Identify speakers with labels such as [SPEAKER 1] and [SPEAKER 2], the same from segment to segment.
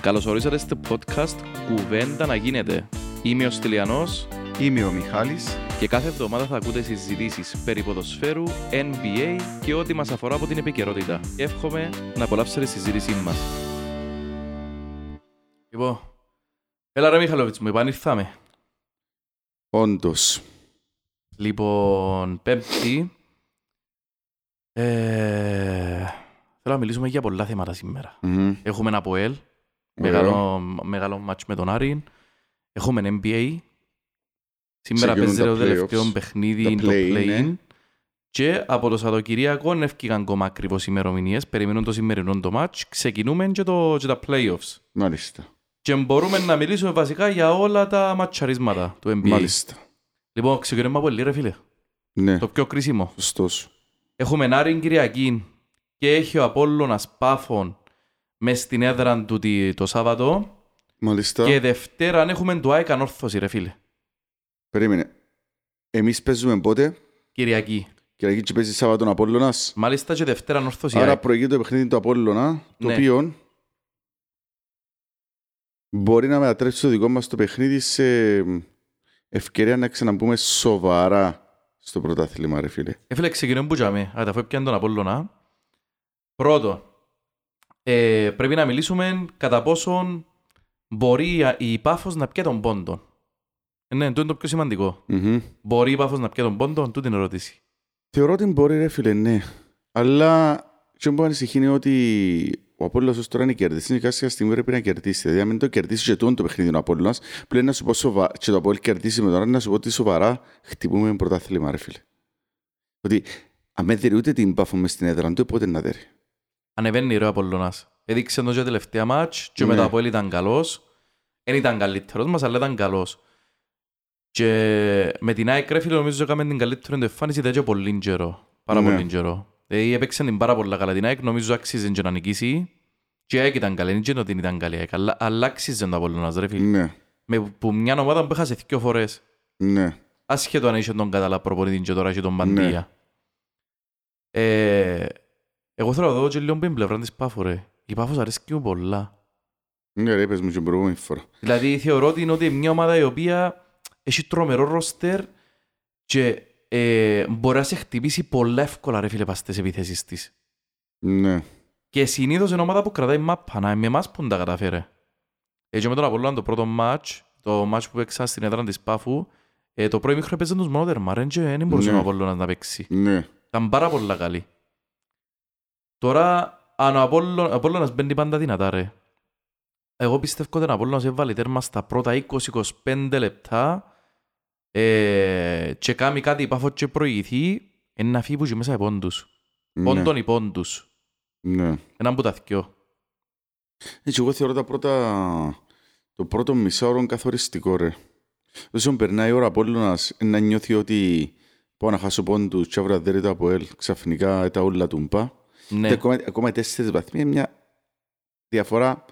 [SPEAKER 1] Καλώς ορίσατε στο podcast «Κουβέντα να γίνεται». Είμαι ο Στυλιανός
[SPEAKER 2] Είμαι ο Μιχάλης.
[SPEAKER 1] και κάθε εβδομάδα θα ακούτε συζητήσεις περί ποδοσφαίρου, NBA και ό,τι μας αφορά από την επικαιρότητα. Εύχομαι να απολαύσετε τη συζήτησή μας. Λοιπόν, έλα ρε Μιχαλόβιτς μου, επανήλθαμε.
[SPEAKER 2] Όντως.
[SPEAKER 1] Λοιπόν, πέμπτη. Ε, θέλω να μιλήσουμε για πολλά θέματα σήμερα.
[SPEAKER 2] Μμμ.
[SPEAKER 1] Έχουμε ένα ΑΠΟΕΛ,
[SPEAKER 2] Ωραίο.
[SPEAKER 1] μεγάλο, μεγάλο μάτς με τον Άρη. Έχουμε ένα NBA. Σήμερα
[SPEAKER 2] Ξεκινούν
[SPEAKER 1] παίζει
[SPEAKER 2] τα
[SPEAKER 1] το
[SPEAKER 2] playoffs.
[SPEAKER 1] τελευταίο παιχνίδι,
[SPEAKER 2] Τα
[SPEAKER 1] το
[SPEAKER 2] play-in,
[SPEAKER 1] play-in.
[SPEAKER 2] ναι.
[SPEAKER 1] Και από το Σαββατοκυριακό δεν έφυγαν ακόμα ακριβώς ημερομηνίες. Περιμένουν το σημερινό το match. Ξεκινούμε και, το, και τα playoffs.
[SPEAKER 2] Μάλιστα.
[SPEAKER 1] Και μπορούμε να μιλήσουμε βασικά για όλα τα ματσαρίσματα του NBA.
[SPEAKER 2] Μάλιστα.
[SPEAKER 1] Λοιπόν, ξεκινούμε από πολύ, ρε φίλε.
[SPEAKER 2] Ναι.
[SPEAKER 1] Το πιο κρίσιμο.
[SPEAKER 2] Ωστόσο.
[SPEAKER 1] Έχουμε Άρην Κυριακή και έχει ο Απόλλωνας Πάφων μες στην έδρα του τη- το Σάββατο.
[SPEAKER 2] Μάλιστα.
[SPEAKER 1] Και Δευτέρα έχουμε το ΑΕΚ Ανόρθωση, ρε φίλε.
[SPEAKER 2] Περίμενε. Εμείς παίζουμε πότε.
[SPEAKER 1] Κυριακή.
[SPEAKER 2] Κυριακή και παίζει Σάββατον Απόλλωνας.
[SPEAKER 1] Μάλιστα και Δευτέρα Ανόρθωση.
[SPEAKER 2] Άρα
[SPEAKER 1] ΑΕΚ.
[SPEAKER 2] προηγεί το παιχνίδι του Απόλλωνα, το
[SPEAKER 1] Ναι.
[SPEAKER 2] οποίο μπορεί να μετατρέψει το δικό μας το παιχνίδι σε ευκαιρία να ξαναμπούμε σοβαρά στο πρωτάθλημα, ρε φίλε.
[SPEAKER 1] Ε, φίλε, ξεκινούμε που τζάμε. Άρα, αφού έπιαν τον Απόλλωνα. Πρώτο, ε, πρέπει να μιλήσουμε κατά πόσον μπορεί η- η Πάφος να πιέ τον πόντο. Ε, ναι, τούτο είναι το πιο σημαντικό.
[SPEAKER 2] Μμμ.
[SPEAKER 1] Μπορεί η Πάφος να πιέ τον πόντο, τούτη είναι η ερώτηση.
[SPEAKER 2] Θεωρώ ότι μπορεί ρε φίλε, ναι. Αλλά και μου ανησυχεί είναι ότι ο Απόλλωνας ως τώρα είναι κερδιστής και κάποια στιγμή πρέπει να κερδίσει. Δηλαδή, αν μην το κερδίσει και τούτο το παιχνίδι ο Απόλλωνας, πλέον να σου πω σοβα... και το Απόλλη κερδίσει με τον Άρη, να σου πω ότι σοβαρά χτυπούμε πρωτάθλημα, ρε φίλε. Ότι αν δεν δει ούτε την πάφο μες στην έδρα του, πότε να δέρει.
[SPEAKER 1] Ανεβαίνει ρε ο Απολλωνάς. Έδειξε τον και τελευταία μάτς και
[SPEAKER 2] Ναι.
[SPEAKER 1] μετά από ελ ήταν καλός. Δεν ήταν καλύτερος μας, αλλά ήταν καλός. Και με την ΑΕΚ ρε φίλε νομίζω έκαμε την καλύτερη του εμφάνιση τέτοιο πολύ καιρό. Πάρα
[SPEAKER 2] Ναι.
[SPEAKER 1] πολύ καιρό. Δηλαδή έπαιξε την πάρα πολλά καλά. Την ΑΕΚ νομίζω άξιζε και να νικήσει. Και η ΑΕΚ ήταν καλή, δεν ξέρω ότι ήταν καλή η ΑΕΚ, αλλά, αλλά άξιζε τον Απολλωνάς ρε φίλε.
[SPEAKER 2] Ναι,
[SPEAKER 1] Με, που μια ομάδα που έχασε δυο φορές.
[SPEAKER 2] ναι.
[SPEAKER 1] Άσχετο αν είσαι τον κατάλληλα προπονητή και τώρα και τον Παντία. Ε, εγώ θέλω να δω και λίγο την πλευρά της Πάφου ρε. Η Πάφος αρέσκει μου πολλά.
[SPEAKER 2] Ναι ρε, πες μου και την προηγούμενη φορά.
[SPEAKER 1] Δηλαδή θεωρώ ότι είναι ότι μια ομάδα η οποία έχει τρομερό ρόστερ και ε, μπορεί να σε χτυπήσει πολλά εύκολα ρε φίλε πας στις επιθέσεις της.
[SPEAKER 2] Ναι.
[SPEAKER 1] Και συνήθως είναι ομάδα που κρατάει μάπα, να με εμάς που τα καταφέρε. Έτσι με τον Απόλλωνα το πρώτο μάτς, το μάτς που παίξα στην έδρα της Πάφου, ε, το πρώτο μήχρο έπαιζαν τους μόνο τερμά, ρε, και δεν μπορούσε
[SPEAKER 2] Ναι.
[SPEAKER 1] ο Απόλλωνας να παίξει.
[SPEAKER 2] Ναι.
[SPEAKER 1] Ήταν πάρα πολλά καλή. Τώρα, αν ο Απόλλων, ο Απόλλωνας μπαίνει πάντα δυνατά, ρε. Εγώ πιστεύω ότι ο Απόλλωνας έβαλε τέρμα στα πρώτα 20-25 λεπτά ε, και κάνει κάτι πάφο και προηγηθεί ε, να φύγει που και μέσα οι πόντους. Πόντων οι πόντους.
[SPEAKER 2] Ναι.
[SPEAKER 1] Έναν που τα θυκιώ.
[SPEAKER 2] Έτσι, Ε, εγώ θεωρώ τα πρώτα... το πρώτο μισάωρο καθοριστικό, ρε. Όσον περνάει η ώρα από να νιώθει ότι πάω να χάσω πόντους και αύριο δεν ήταν από ελ, ξαφνικά ε, τα όλα του μπα.
[SPEAKER 1] Ναι,
[SPEAKER 2] Και Ακόμα, ακόμα τέσσερις βαθμοί είναι μια διαφορά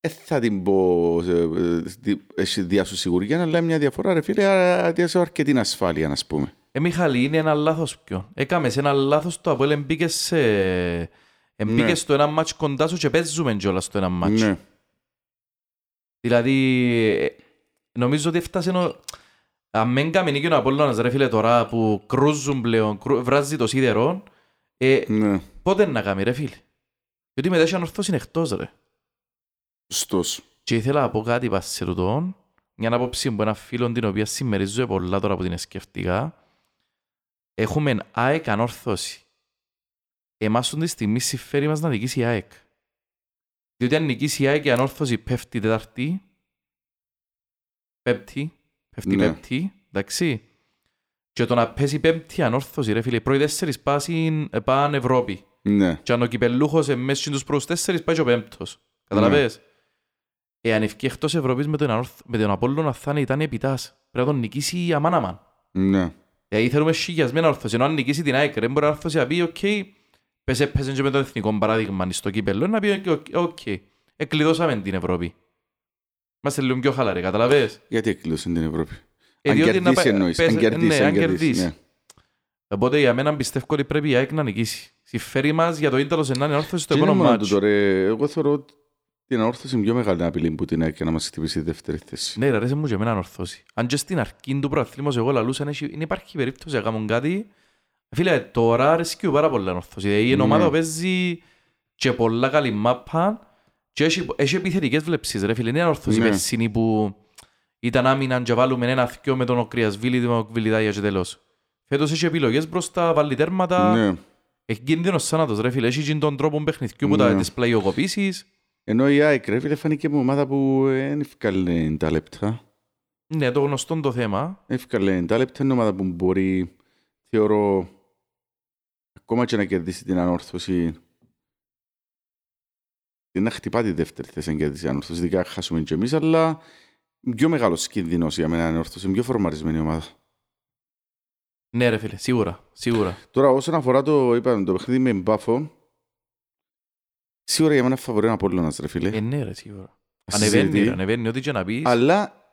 [SPEAKER 2] ε, θα την πω ε, ε, δι- έχει διάσου σιγουριά, αλλά μια διαφορά ρε φίλε, άρα διάσου αρκετή ασφάλεια, να πούμε.
[SPEAKER 1] ε, Μιχαλή, είναι ένα λάθος πιο. Έκαμε σε ένα λάθος το Απόλλων μπήκε σε... Μπήκε
[SPEAKER 2] Ναι.
[SPEAKER 1] στο ένα μάτς κοντά σου και παίζουμε κιόλας στο ένα μάτς.
[SPEAKER 2] Ναι,
[SPEAKER 1] Δηλαδή, ε, νομίζω ότι έφτασε ο... Αν μεν καμινίκει ο Απόλλωνας ρε φίλε τώρα που κρούζουν πλέον, κρου... βράζει το σίδερο, ε,
[SPEAKER 2] ναι.
[SPEAKER 1] πότε να κάνει ρε φίλε. Γιατί μετά έχει ανορθώσει είναι εκτός ρε.
[SPEAKER 2] Ωστόσο.
[SPEAKER 1] Και ήθελα να πω κάτι πας σε τούτον, μια άποψη που ένα φίλο την οποία συμμερίζω πολλά τώρα που την σκεφτικά. Έχουμε ΑΕΚ ανόρθωση. Εμάς τη στιγμή συμφέρει μας να νικήσει η ΑΕΚ. Διότι αν νικήσει η ΑΕΚ η ανόρθωση πέφτει τετάρτη, πέπτη, πέφτει
[SPEAKER 2] Ναι.
[SPEAKER 1] πέπτη, εντάξει. Και το να πέσει πέμπτη η ανόρθωση ρε φίλε, οι πρώτοι τέσσερις πάσιν ε, πάνε Ευρώπη.
[SPEAKER 2] Ναι,
[SPEAKER 1] Και αν ο κυπελούχος μέσα στους πρώτους τέσσερις πάει και ο πέμπτος.
[SPEAKER 2] Ναι.
[SPEAKER 1] Καταλαβες. Εάν ευκεί εκτός Ευρώπης με τον, Ανόρθ- με τον Απόλλωνα θα είναι ήταν επιτάς. Πρέπει να τον νικήσει η αμάναμαν.
[SPEAKER 2] ναι.
[SPEAKER 1] Δηλαδή θέλουμε σιγιασμένα ορθώση. Ενώ αν νικήσει την ΑΕΚ δεν μπορεί να ορθώσει να πει «ΟΚ, πες έπαιζε και με το εθνικό παράδειγμα στο κύπελλο». Να πει «ΟΚ, «ΟΚ, εκλειδώσαμε την Ευρώπη». Είμαστε λίγο πιο χαλαροί, καταλαβες.
[SPEAKER 2] Γιατί εκλείωσε την Ευρώπη.
[SPEAKER 1] Ε,
[SPEAKER 2] αν
[SPEAKER 1] διότι να
[SPEAKER 2] κερδίσει
[SPEAKER 1] πα-
[SPEAKER 2] εννοείς.
[SPEAKER 1] πες-
[SPEAKER 2] Αν κερδίσει,
[SPEAKER 1] ναι,
[SPEAKER 2] αν κερδίσει. ναι.
[SPEAKER 1] Οπότε για μένα πιστεύω ότι πρέπει η ΑΕΚ να νικήσει. Συμφέρει μας για το ίνταλος να είναι όρθωση στο
[SPEAKER 2] Και είναι
[SPEAKER 1] επόμενο
[SPEAKER 2] μόνο
[SPEAKER 1] μάτσο.
[SPEAKER 2] τούτο, ρε. ε, Εγώ θεωρώ ότι Την όρθωση είναι πιο μεγάλη απειλή που την έκανε να μας χτυπήσει η δεύτερη θέση.
[SPEAKER 1] Ναι, ρε, αρέσει μου και εμένα να ορθώσει. Αν και στην αρχή του προαθλήματος εγώ λαλούσα, αν έχει- είναι υπάρχει περίπτωση να κάνουν κάτι. Φίλε, τώρα αρέσκει πάρα πολλά να ορθώσει. Δηλαδή, Η
[SPEAKER 2] Ναι.
[SPEAKER 1] ομάδα παίζει και πολλά καλή μάπα και έχει, έχει επιθετικές βλέψεις, ρε φίλε. Είναι ανορθώση
[SPEAKER 2] Ναι.
[SPEAKER 1] περσίνη που ήταν άμυνα και βάλουμε ένα θκιό με τον Οκριασβίλη, τον Οκβιλιδάγια και τέλος. Φέτος έχει επιλογές μπροστά, βάλει τέρματα.
[SPEAKER 2] Ναι.
[SPEAKER 1] Έχει κίνδυνος θάνατος, ρε φίλε. Έχει τζιν τον τρόπο παιχνιδιού που
[SPEAKER 2] Ναι.
[SPEAKER 1] τα τις πλαγιοκοπήσεις.
[SPEAKER 2] Ενώ η ΑΕΚ ρε φίλε φάνηκε μου ομάδα που δεν έφυγαλε τα λεπτά.
[SPEAKER 1] Ναι, το γνωστό το θέμα.
[SPEAKER 2] Έφυγαλε τα λεπτά είναι ομάδα που μπορεί, θεωρώ, ακόμα και να κερδίσει την ανόρθωση. Δεν να χτυπά τη δεύτερη θέση να κερδίσει η ανόρθωση. Ειδικά χάσουμε και εμείς, αλλά πιο μεγάλος κίνδυνος για μένα η ανόρθωση. Πιο φορμαρισμένη ομάδα.
[SPEAKER 1] Ναι, ρε φίλε, σίγουρα, σίγουρα.
[SPEAKER 2] Τώρα, όσον αφορά το, είπαμε, το παιχνίδι με μπάφο, σίγουρα για μένα φαβορεί ένα Απόλλωνας, ρε φίλε.
[SPEAKER 1] Ε, ναι, ρε, σίγουρα.
[SPEAKER 2] Συζητεί.
[SPEAKER 1] Ανεβαίνει, ρε, ανεβαίνει, ό,τι και να πεις.
[SPEAKER 2] Αλλά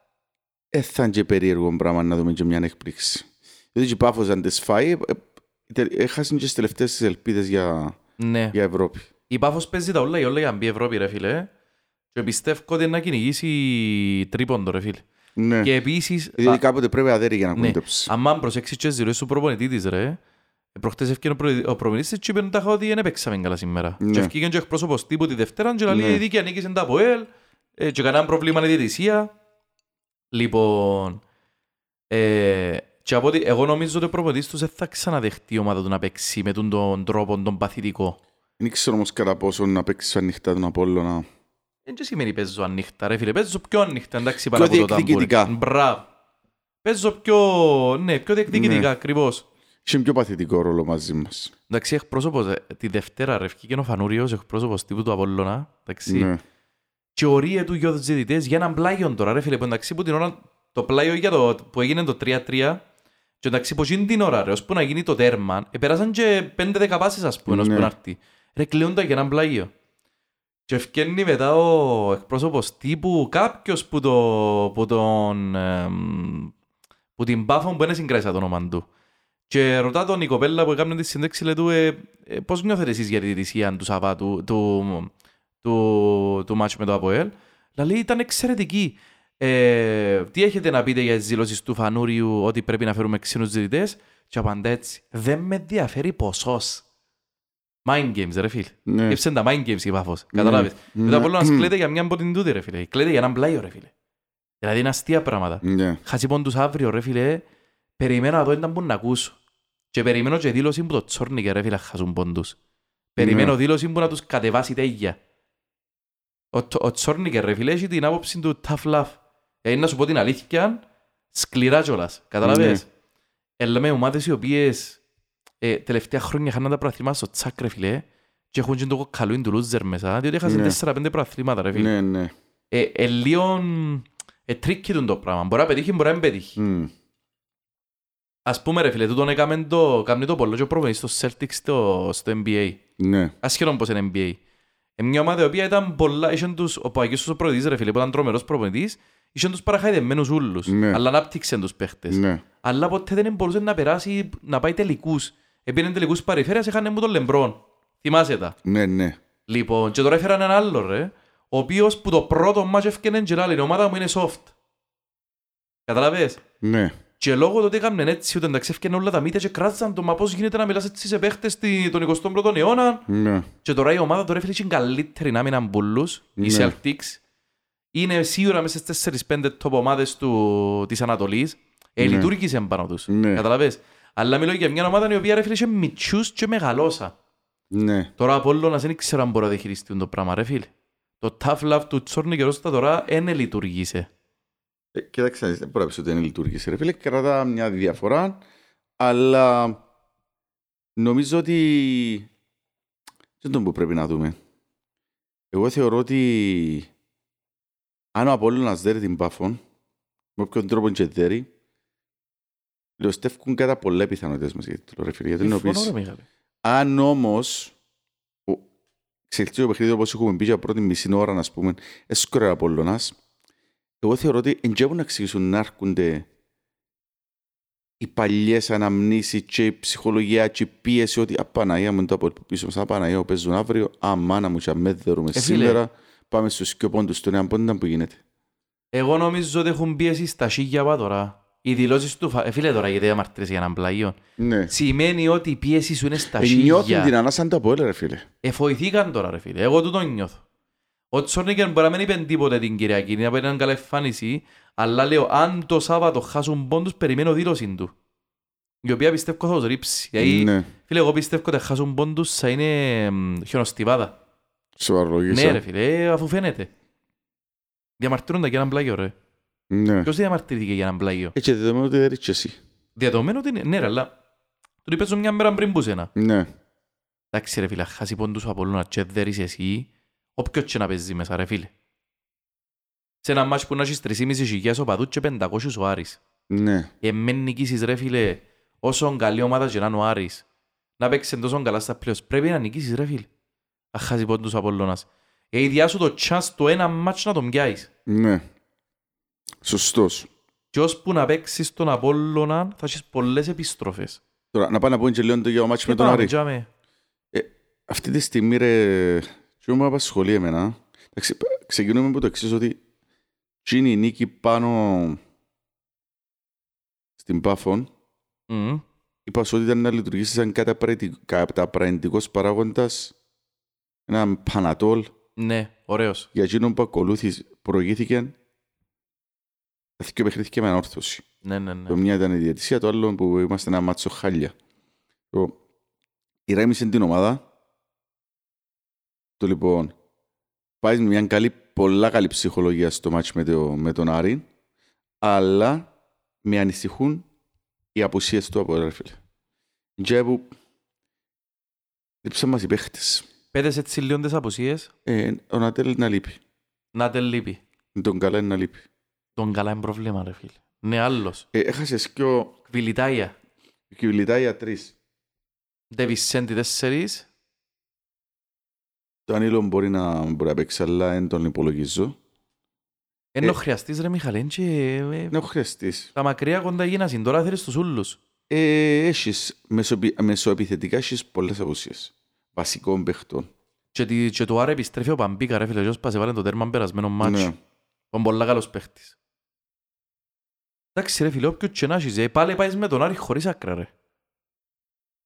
[SPEAKER 2] ε, θα είναι και περίεργο πράγμα να δούμε και μια έκπληξη. Γιατί και πάφος αν τις φάει, ε, ε, τε- έχασαν και τις τελευταίες τις ελπίδες για,
[SPEAKER 1] Ναι.
[SPEAKER 2] για Ευρώπη.
[SPEAKER 1] Η Πάφος παίζει τα όλα, η όλα για να μπει η Ευρώπη, ρε φίλε. Και πιστεύω ότι να κυνηγήσει τρίποντο, ρε φίλε.
[SPEAKER 2] Ναι.
[SPEAKER 1] Και επίσης,
[SPEAKER 2] Γιατί κάποτε πρέπει αδέρι για να
[SPEAKER 1] ναι.
[SPEAKER 2] κοντέψει.
[SPEAKER 1] αν αν προσέξεις και τις δηλώσεις του προπονητή της, ρε, ε, προχτές έφυγε ο προεδ- ο προπονητής της και είπε τάχα ότι δεν έπαιξαμε καλά σήμερα.
[SPEAKER 2] Ναι.
[SPEAKER 1] Και έφυγε και ο εκπρόσωπος τύπου τη Δευτέρα και λέει
[SPEAKER 2] Ναι.
[SPEAKER 1] «Η δίκαια νίκησε τα ΑΠΟΕΛ ε, και κανένα πρόβλημα είναι η διαιτησία». Λοιπόν, ε, και από ό,τι εγώ νομίζω ότι ο προπονητής τους δεν θα ξαναδεχτεί η ομάδα του να παίξει με τον, τον τρόπο τον παθητικό.
[SPEAKER 2] Δεν ξέρω όμως κατά πόσο να παίξεις ανοιχτά τον Απόλλωνα.
[SPEAKER 1] Δεν και Ε, σημαίνει παίζω ανοιχτά ρε φίλε, παίζω πιο ανοιχτά εντάξει παρά από
[SPEAKER 2] Πιο
[SPEAKER 1] το ταμπούρι.
[SPEAKER 2] διεκδικητικά.
[SPEAKER 1] Μπράβο. Παίζω πιο, ναι, πιο
[SPEAKER 2] Ναι.
[SPEAKER 1] διεκδικητικά ακριβώς.
[SPEAKER 2] Είχε πιο παθητικό ρόλο μαζί μας.
[SPEAKER 1] Εντάξει, εκπρόσωπος, ε, τη Δευτέρα ρε, βγήκε ο Φανούριος, εκπρόσωπος τύπου του Απόλλωνα, εντάξει.
[SPEAKER 2] Ναι.
[SPEAKER 1] Και ορίε του για τους διαιτητές για έναν πλάγιο τώρα ρε φίλε, που εντάξει που την ώρα, το πλάγιο για το, που έγινε το 3-3, και εντάξει που γίνει την ώρα ρε, ώσπου να γίνει το τέρμα, ε, πέρασαν και 5-10 πάσεις ας πούμε, ώσπου
[SPEAKER 2] Ναι.
[SPEAKER 1] να έρθει. Ρε κλείνοντα για έναν πλάγιο. Και ευκαινεί μετά ο εκπρόσωπος τύπου, κάποιος που, το, που τον... εμ, που την πάφον που δεν συγκράτησα το όνομα του. Και ρωτά τον η κοπέλα που έκανε τη συνέντευξη, λέει του, ε, ε, πώς νιώθετε εσείς για τη διαιτησία του Σαββάτου, του, του, του μάτσου με το Αποέλ. Λέει, ήταν εξαιρετική. Ε, τι έχετε να πείτε για τις δηλώσεις του Φανούριου ότι πρέπει να φέρουμε ξένους διαιτητές. Και απαντά έτσι, δεν με ενδιαφέρει ποσός. Mind games, ρε φίλε.
[SPEAKER 2] Ναι.
[SPEAKER 1] Έψεν τα mind games η πάφος. Καταλάβεις.
[SPEAKER 2] Ναι.
[SPEAKER 1] Μετά από όλα
[SPEAKER 2] Ναι.
[SPEAKER 1] μας κλαίτε για μια από την τούτη, ρε φίλε. Κλαίτε για έναν πλάιο, ρε φίλε. Δηλαδή είναι αστεία πράγματα.
[SPEAKER 2] Ναι.
[SPEAKER 1] Χάσει πόντους αύριο, ρε φίλε. Περιμένω να δω ήταν που να ακούσω. Και περιμένω και δήλωση που το τσόρνικε, ρε φίλε, χάσουν πόντους.
[SPEAKER 2] Ναι.
[SPEAKER 1] Περιμένω δήλωση που να τους κατεβάσει τέγια. Ο, Τσο- ο Τσόρνικε, ρε φίλε, έχει την άποψη του tough love. Ε, να σου πω την αλήθεια, σκληρά κιόλας.
[SPEAKER 2] Ναι.
[SPEAKER 1] Καταλάβες. Ε, λέμε ομάδες οι οποίες ε, τελευταία χρόνια είχαν τα προαθλήματα στο τσάκ, ρε φίλε, και έχουν και το καλούιν του loser μέσα, διότι έχασαν
[SPEAKER 2] Ναι.
[SPEAKER 1] 4-5 προαθλήματα, ρε φίλε.
[SPEAKER 2] Ναι, ναι.
[SPEAKER 1] Ε, ε, λίγο ε, tricky του το πράγμα. Μπορεί να πετύχει, μπορεί να μην πετύχει.
[SPEAKER 2] Μμ.
[SPEAKER 1] Ας πούμε ρε φίλε, τούτον έκαμε το, κάμνει το πολλό και ο προπονητής στο Celtics στο, στο NBA.
[SPEAKER 2] Ναι.
[SPEAKER 1] Ασχεδόν πως είναι NBA. Ε, μια ομάδα η οποία ήταν πολλά, είχαν τους, ο Παγιός τους ο προπονητής ρε φίλε, που ήταν τρομερός προπονητής, είχαν τους παραχαϊδεμένους ούλους,
[SPEAKER 2] Ναι.
[SPEAKER 1] αλλά ανάπτυξαν τους παίχτες.
[SPEAKER 2] Ναι.
[SPEAKER 1] Αλλά ποτέ δεν μπορούσε να περάσει, να πάει τελικούς. Επήραν τελικούς παρηφέρειας, έχανε μου τον Λεμπρόν. Θυμάσαι τα.
[SPEAKER 2] Ναι, ναι.
[SPEAKER 1] Λοιπόν, και τώρα έφεραν έναν άλλο ρε, ο οποίος που το πρώτο μάτς έφκαινε και λέει, η ομάδα μου είναι soft. Καταλαβες.
[SPEAKER 2] Ναι.
[SPEAKER 1] Και λόγω του ότι έκαναν έτσι, ούτε εντάξει, έφτιανε όλα τα μύτια και κράτησαν το μα πώς γίνεται να μιλάς έτσι σε παίχτες στη- τον 21ο αιώνα.
[SPEAKER 2] Ναι.
[SPEAKER 1] Και τώρα η ομάδα τώρα έφερε την καλύτερη άμυνα μπουλούς, οι
[SPEAKER 2] Ναι.
[SPEAKER 1] Celtics. Είναι σίγουρα μέσα στις 4-5 top ομάδες του, της Ανατολής. Ε,
[SPEAKER 2] Ναι.
[SPEAKER 1] λειτουργήσε πάνω τους.
[SPEAKER 2] Ναι.
[SPEAKER 1] Καταλαβες. Αλλά μιλώ για μια ομάδα η οποία έφερε και μητσούς και μεγαλώσα.
[SPEAKER 2] Ναι.
[SPEAKER 1] Τώρα ο Απόλλωνας δεν ξέρω αν μπορεί να διαχειριστεί το πράγμα, ρε φίλε. Το tough love του Τσόρνη και Ρώστα τώρα δεν λειτουργήσε.
[SPEAKER 2] Ε, Κοίταξε, δεν μπορεί να πεις ότι δεν λειτουργήσε. Ρε φίλε, κρατά μια διαφορά, αλλά νομίζω ότι δεν τον που πρέπει να δούμε. Εγώ θεωρώ ότι αν ο Απόλλωνας δέρει την Πάφον, με όποιον τρόπο και δέρει, λεωστεύκουν κατά πολλά πιθανότητες μας για το ρε φίλε. Γιατί να
[SPEAKER 1] Συμφωνώ,
[SPEAKER 2] πεις-
[SPEAKER 1] ρε, Μιχάλη.
[SPEAKER 2] αν όμως. Ξεχτεί το παιχνίδι όπως έχουμε πει για πρώτη μισή ώρα, να πούμε, έσκορε ο Απόλλωνας, Εγώ θεωρώ ότι δεν μπορούν να εξηγήσουν να έρχονται οι παλιές αναμνήσεις και η ψυχολογία και η πίεση ότι Απαναία μου είναι το από πίσω μας, Απαναία παίζουν αύριο, αμάνα μου και αμέδερουμε
[SPEAKER 1] Ε, φίλε.
[SPEAKER 2] σήμερα. πάμε στους πιο πόντους του νέα πόντα που γίνεται.
[SPEAKER 1] Εγώ νομίζω ότι έχουν πίεση στα σίγια πά τώρα. Οι δηλώσεις του. φα- Ε, φίλε τώρα, γιατί αμαρτύρες για έναν πλαγιόν.
[SPEAKER 2] Ναι.
[SPEAKER 1] Σημαίνει ότι η πίεση σου είναι στα
[SPEAKER 2] Ε, Νιώθουν την
[SPEAKER 1] σίγια.
[SPEAKER 2] ανάσα αν το απόλυτα, ρε φίλε.
[SPEAKER 1] Εφοηθήκαν τώρα, ρε φίλε. Εγώ τούτο νιώθω. Ο Τσόρνικεν μπορεί να μην είπε τίποτε την Κυριακή, να πει έναν καλή εμφάνιση, αλλά λέω, αν το Σάββατο χάσουν πόντους, περιμένω δήλωση του. Η οποία πιστεύω θα τους ρίψει. Γιατί,
[SPEAKER 2] Ναι,
[SPEAKER 1] φίλε, εγώ πιστεύω ότι αν χάσουν πόντους θα είναι μ, χιονοστιβάδα. Ναι, ρε
[SPEAKER 2] σοβαρολογήσα.
[SPEAKER 1] φίλε, ε, αφού φαίνεται. Διαμαρτύρονται για έναν πλάγιο, ρε.
[SPEAKER 2] Ναι.
[SPEAKER 1] Ποιος διαμαρτύρηκε για έναν πλάγιο.
[SPEAKER 2] Ε, και δεδομένου ότι δεν ρίξε εσύ.
[SPEAKER 1] Διαδομένο ότι είναι, ναι, ρε, αλλά του είπες μια μέρα πριν που σένα.
[SPEAKER 2] Ναι.
[SPEAKER 1] Εντάξει ρε φίλε, αν χάσει πόντους ο Απόλλωνας και δεν είσαι εσύ, όποιος και να παίζει μέσα ρε φίλε. Σε ένα μάτς που να έχεις 3.500 οπαδούς και 500 ο Άρης.
[SPEAKER 2] Ναι.
[SPEAKER 1] Εμέν Ε, νικήσεις ρε φίλε, όσο καλή ομάδα και να είναι ο Άρης, να παίξεις τόσο καλά στα πλέον, πρέπει να νικήσεις ρε φίλε. Αν χάσει πόντους ο Απόλλωνας. Ε, ειδιά σου το chance το ένα μάτς να τον πιάσεις.
[SPEAKER 2] Ναι. Σωστός.
[SPEAKER 1] Και ώσπου να παίξεις τον Απόλλωνα θα έχεις πολλές επιστροφές.
[SPEAKER 2] Τώρα, να πάω να πω και λίγο το για ο μάτσι με
[SPEAKER 1] Και
[SPEAKER 2] τον
[SPEAKER 1] πάμε,
[SPEAKER 2] Άρη.
[SPEAKER 1] τζάμε.
[SPEAKER 2] Αυτή τη στιγμή, ρε, τι μου απασχολεί εμένα. Εντάξει, Ξεκινούμε από το εξής ότι γίνει η νίκη πάνω στην Πάφων.
[SPEAKER 1] Μμμ.
[SPEAKER 2] Η πασότητα να λειτουργήσει σαν καταπρατη- καταπραγματικός παράγοντας, έναν πανατόλ
[SPEAKER 1] Ναι, ωραίος.
[SPEAKER 2] για εκείνον που ακολούθησε, προηγήθηκε και παιχνίδι με ανόρθωση.
[SPEAKER 1] Ναι, ναι, ναι.
[SPEAKER 2] Το μια ήταν η διαιτησία, το άλλο που είμαστε ένα μάτσο χάλια. Το... Ηρέμησε την ομάδα. Το λοιπόν, πάει με μια καλή, πολλά καλή ψυχολογία στο μάτσο με, το, με τον Άρη, αλλά με ανησυχούν οι απουσίες του από ρε φίλε. Και που λείψαν μας οι παίχτες.
[SPEAKER 1] Πέτες έτσι λίγο τις απουσίες,
[SPEAKER 2] Ε, ο Νατέλ να λείπει.
[SPEAKER 1] να τε λείπει.
[SPEAKER 2] Τον καλά να λείπει.
[SPEAKER 1] Τον καλά είναι πρόβλημα ρε φίλε. Ναι, άλλος.
[SPEAKER 2] Ε, έχασες και ο
[SPEAKER 1] Κβιλιτάγια.
[SPEAKER 2] Κιουλιτάια τρεις.
[SPEAKER 1] Ντε Βισέντη τέσσερις.
[SPEAKER 2] Το Ανίλο μπορεί να, μπορεί να παίξει, αλλά δεν τον υπολογίζω.
[SPEAKER 1] Ενώ
[SPEAKER 2] Ε.
[SPEAKER 1] χρειαστείς ρε Μιχαλέν και ε, ε,
[SPEAKER 2] Είναι ο χρειαστής.
[SPEAKER 1] τα μακριά κοντά γίνασαν. Τώρα θέλεις τους ούλους.
[SPEAKER 2] Ε, έχεις, μεσοπι- μεσοεπιθετικά έχεις πολλές απουσίες. Βασικών παιχτών.
[SPEAKER 1] Και, τη- και το άρα επιστρέφει ο Παμπίκα ρε φίλε. Ο Γιώργος Πασεβάλε το τέρμα περασμένο μάτσο.
[SPEAKER 2] Ναι.
[SPEAKER 1] Τον πολλά καλός παίχτης. Εντάξει ρε φίλε, όποιος και να έχεις, ε, πάλι πάεις με τον Άρη χωρίς άκρα ρε.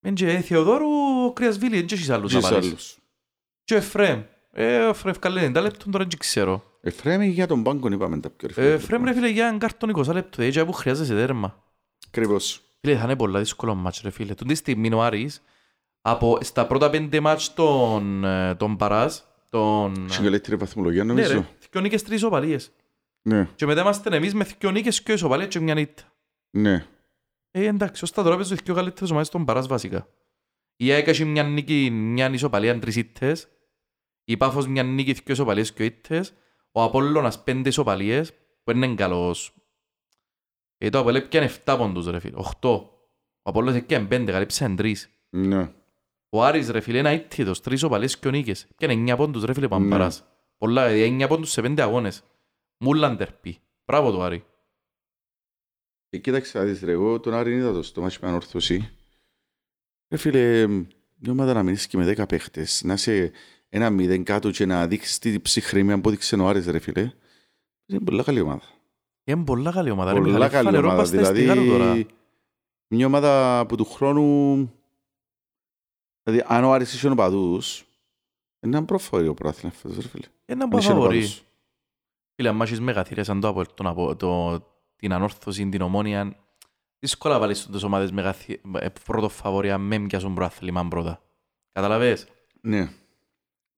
[SPEAKER 1] Εν και ε, Θεοδόρου, ο Κρυασβίλη, εν και έχεις άλλους να
[SPEAKER 2] Έχεις
[SPEAKER 1] πάρεις.
[SPEAKER 2] άλλους.
[SPEAKER 1] Και ο Εφραίμ. Ε, ο Εφραίμ καλέ 90 λεπτών, τώρα δεν ξέρω.
[SPEAKER 2] Εφραίμ Ε, για τον πάγκο είπαμε τα πιο
[SPEAKER 1] Ε, Φρέμ ρε φίλε για έναν κάρτον 20 λεπτό, έτσι που χρειάζεσαι τέρμα.
[SPEAKER 2] Ακριβώς.
[SPEAKER 1] Φίλε, θα είναι πολλά δύσκολο μάτς ρε φίλε. Τον τη στιγμή ο Άρης, από στα πρώτα πέντε μάτς των, ε, των Παράς, των...
[SPEAKER 2] Έχει καλύτερη βαθμολογία
[SPEAKER 1] Ναι ρε,
[SPEAKER 2] νομίζω.
[SPEAKER 1] δυο νίκες τρεις ισοπαλίες.
[SPEAKER 2] Ναι,
[SPEAKER 1] Και μετά είμαστε εμείς με δυο νίκες και ισοπαλία και μια νύχτα.
[SPEAKER 2] ναι.
[SPEAKER 1] Ε, εντάξει, ωστά τώρα παίζουν οι δυο καλύτερες ομάδες των Παράς βασικά. Η ΑΕΚ έχει μια νίκη, μια ισοπαλία, τρεις ήττες. Η Πάφος μια νίκη, δυο ισοπαλίες και ήττες. Ο Απόλλωνας πέντε ισοπαλίες, που είναι καλός. Ε, το Απόλλωνας πιάνε 7 πόντους ρε φίλε, 8. Ο Απόλλωνας πιάνε 5, καλύψαν 3.
[SPEAKER 2] Ναι.
[SPEAKER 1] Ο Άρης ρε φίλε είναι αίτητος, τρεις οπαλές και ο νίκες. Πιάνε 9 πόντους ρε φίλε
[SPEAKER 2] Ναι.
[SPEAKER 1] Παμπαράς. Πολλά, δηλαδή 9 πόντους σε 5 αγώνες. Μούλαν τερπή. Μπράβο του Άρη.
[SPEAKER 2] Ε, κοίταξε να δεις ρε, εγώ τον Άρη είδα το στο μάτσι με ανόρθωση. Ρε Ε, φίλε, μια ομάδα να μιλήσεις και με 10 παίχτες, να είσαι ένα μηδέν κάτω και να δείξεις τη ψυχραιμία που έδειξε ο Άρης ρε φίλε. Είναι πολλά καλή ομάδα.
[SPEAKER 1] Ε, Είναι πολλά καλή ομάδα. ρε
[SPEAKER 2] Πολλά
[SPEAKER 1] Μιχάλη.
[SPEAKER 2] καλή
[SPEAKER 1] Φανερό
[SPEAKER 2] ομάδα.
[SPEAKER 1] πασταιστικά του τώρα.
[SPEAKER 2] Δηλαδή, μια ομάδα που του χρόνου. Δηλαδή, αν ο Άρης είχε οπαδούς, είναι έναν προφορείο πρόθυνα φέτος, ρε φίλε.
[SPEAKER 1] Ένα
[SPEAKER 2] Αν είχε
[SPEAKER 1] μπαθαωρή.
[SPEAKER 2] οπαδούς.
[SPEAKER 1] Φίλε, αν έχεις μεγαθύρια σαν το, Απόελ, τον Απο- το, την ανόρθωση, την ομόνια, δύσκολα βάλεις τις ομάδες μεγαθύ- ε, πρώτο φαβορία με μοιάζουν προάθλημα πρώτα. Καταλαβες.
[SPEAKER 2] Ναι.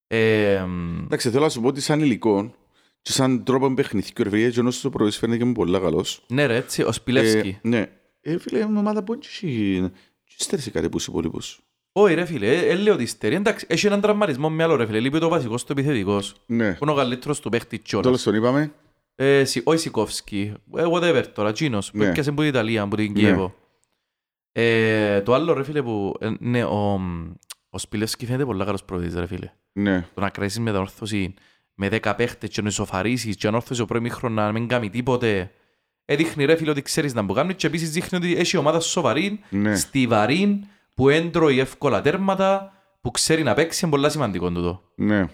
[SPEAKER 1] Ε, μ,
[SPEAKER 2] Εντάξει, θέλω να σου πω ότι σαν υλικό και σαν τρόπο παιχνιδιού, ρε φίλε, και όσο το πρωί φαίνεται και μου πολύ καλός.
[SPEAKER 1] ναι ρε, έτσι, ο
[SPEAKER 2] Ε,
[SPEAKER 1] Σπιλεύσκι.
[SPEAKER 2] ναι. Ε, φίλε, είναι μια ομάδα που έτσι στέρσε κάτι που είσαι υπόλοιπος.
[SPEAKER 1] Όχι ρε φίλε, ε, ε, λέω ότι στερεί. Εντάξει, έχει έναν τραυματισμό με άλλο ρε φίλε. Λείπει το βασικός στο επιθετικός.
[SPEAKER 2] Ναι.
[SPEAKER 1] Που είναι ο καλύτερος του παίχτη κιόλας.
[SPEAKER 2] Τέλος τον είπαμε.
[SPEAKER 1] Ε, Σι- όχι Σικόφσκι, ε, whatever τώρα, Τζίνος, που
[SPEAKER 2] Ναι.
[SPEAKER 1] έπιασε από την Ιταλία, από την
[SPEAKER 2] Ναι.
[SPEAKER 1] Κιέβο. Ε, το άλλο ρε φίλε που... ε, ναι, ο, ο Σπιλεύσκι φαίνεται πολύ καλός προπονητής, ρε φίλε.
[SPEAKER 2] Ναι.
[SPEAKER 1] Το να κρατήσεις μετανόρθωση με 10 παίχτες και να ισοφαρίσεις και ανόρθωση ο πρώην μήχρονος να μην κάνει τίποτε. Ε, δείχνει ρε φίλε ότι ξέρεις να μου κάνεις και επίσης δείχνει ότι έχει ομάδα σοβαρή
[SPEAKER 2] Ναι.
[SPEAKER 1] στιβαρή, που έντρωει εύκολα τέρματα, που ξέρει να παίξει, είναι πολύ σημαντικό τούτο.
[SPEAKER 2] Ναι.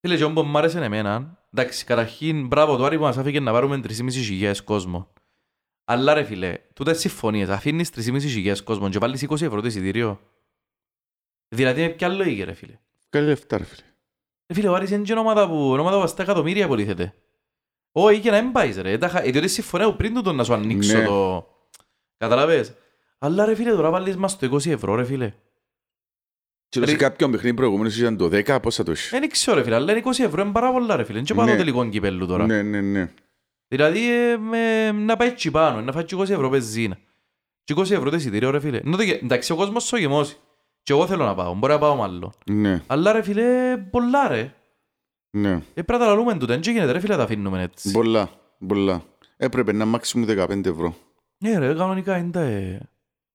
[SPEAKER 1] Φίλε, και όμπο μ' άρεσε εμένα. Εντάξει, καταρχήν, μπράβο του Άρη που μας άφηκε να πάρουμε 3.500 χιλιάδες κόσμο. Αλλά ρε φίλε, τούτες συμφωνίες, αφήνεις 3.500 χιλιάδες κόσμο και βάλεις 20 ευρώ το εισιτήριο. Δηλαδή, με ποια λογική ρε φίλε.
[SPEAKER 2] Καλή λεφτά, ρε φίλε.
[SPEAKER 1] Ρε φίλε, ο Άρης είναι και ομάδα που, ομάδα που στα εκατομμύρια υπολήθεται. Όχι, και να μην πάεις ρε. Τα χα- ε, Διότι συμφωνία που πριν τούτο να σου ανοίξω
[SPEAKER 2] Ναι.
[SPEAKER 1] το... Καταλαβες. Αλλά ρε φίλε, τώρα βάλεις μας το 20 ευρώ ρε φίλε.
[SPEAKER 2] Και σε
[SPEAKER 1] Ρε- Ε,
[SPEAKER 2] κάποιον παιχνίδι προηγούμενος ήταν το 10, πόσα το είχε.
[SPEAKER 1] Δεν ξέρω ρε φίλε, αλλά 20 ευρώ είναι πάρα πολλά ρε φίλε. Είναι και πάνω
[SPEAKER 2] Ναι.
[SPEAKER 1] τελικό κυπέλλου τώρα.
[SPEAKER 2] Ναι, ναι, ναι.
[SPEAKER 1] Δηλαδή ε, με, να πάει έτσι πάνω, να φάει και 20 ευρώ πεζίνα. Και 20 ευρώ το εισιτήριο ρε φίλε. Ενώ το γε- Εντάξει ο κόσμος σου γεμώσει. Και εγώ θέλω να πάω, μπορεί να πάω μάλλον.
[SPEAKER 2] Ναι,
[SPEAKER 1] Αλλά ρε φίλε, πολλά ρε.
[SPEAKER 2] ναι.
[SPEAKER 1] Ε, πρέπει να τα λαλούμε τούτα, δεν γίνεται ρε φίλε να τα αφήνουμε έτσι.
[SPEAKER 2] Πολλά, πολλά. Έπρεπε να μάξιμου 15 ευρώ.
[SPEAKER 1] Ναι ρε, κανονικά είναι τα... ε.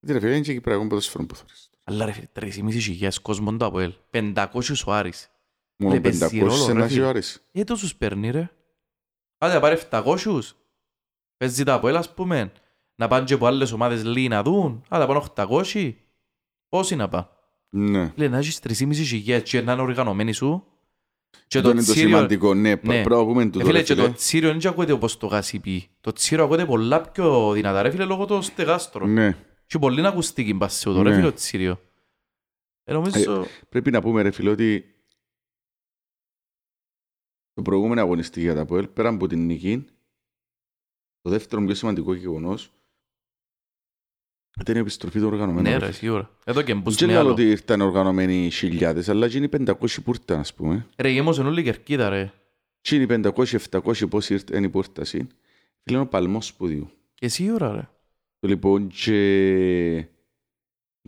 [SPEAKER 2] Τι ρε φίλε, είναι και κυπριακό ποδοσφαίρο που θέλεις.
[SPEAKER 1] Αλλά ρε φίλε, 3.500 χιλιάδες κόσμων το Αποέλ. 500 ο Άρης.
[SPEAKER 2] Μόνο
[SPEAKER 1] Ρε,
[SPEAKER 2] 500
[SPEAKER 1] πες σειρόλο, ρε,
[SPEAKER 2] ένα
[SPEAKER 1] φίλε.
[SPEAKER 2] χιλιάρις.
[SPEAKER 1] Ε, τόσους παίρνει ρε. Άντε να πάρει 700. Παίζει τα Αποέλ ας πούμε. Να πάνε και από άλλες ομάδες λίγοι να δουν. Άντε να πάνε 800. Πόσοι να πάνε.
[SPEAKER 2] Ναι.
[SPEAKER 1] Λέει να έχεις 3.500 χιλιάδες και να είναι οργανωμένοι σου. Και
[SPEAKER 2] Αυτό
[SPEAKER 1] το
[SPEAKER 2] είναι το
[SPEAKER 1] τσίριο...
[SPEAKER 2] σημαντικό, ναι.
[SPEAKER 1] Ναι.
[SPEAKER 2] Πρέπει να πούμε
[SPEAKER 1] Ε,
[SPEAKER 2] τούτο,
[SPEAKER 1] Φίλε,
[SPEAKER 2] ρε
[SPEAKER 1] και το
[SPEAKER 2] φίλε.
[SPEAKER 1] τσίριο δεν ακούγεται όπως το γασιπί. Το τσίριο ακούγεται πολλά πιο δυνατά, ρε φίλε, λόγω του στεγάστρου.
[SPEAKER 2] Ναι.
[SPEAKER 1] Και πολύ ακουστική μπασί εδώ, ρε
[SPEAKER 2] Ναι.
[SPEAKER 1] φίλε, το τσίριο. Ε, νομίζω...
[SPEAKER 2] Πρέπει να πούμε, ρε φίλε, ότι το προηγούμενο αγωνιστή για τα ΠΟΕΛ, πέρα από την νική, το δεύτερο πιο σημαντικό γεγονός ήταν η επιστροφή των οργανωμένων.
[SPEAKER 1] Ναι
[SPEAKER 2] ρε
[SPEAKER 1] ρε, σίγουρα. Εδώ και μπούς
[SPEAKER 2] Δεν
[SPEAKER 1] με
[SPEAKER 2] λέω
[SPEAKER 1] άλλο.
[SPEAKER 2] ότι ήρθαν οργανωμένοι χιλιάδες, αλλά γίνει 500 που ήρθαν, ας πούμε.
[SPEAKER 1] Ρε, γέμωσαν όλη η κερκίδα, ρε.
[SPEAKER 2] Γίνει 500-700 πόσοι ήρθαν οι πόρτασοι. Φίλε, ο παλμός σπουδίου.
[SPEAKER 1] Και σίγουρα, ρε.
[SPEAKER 2] Λοιπόν, και.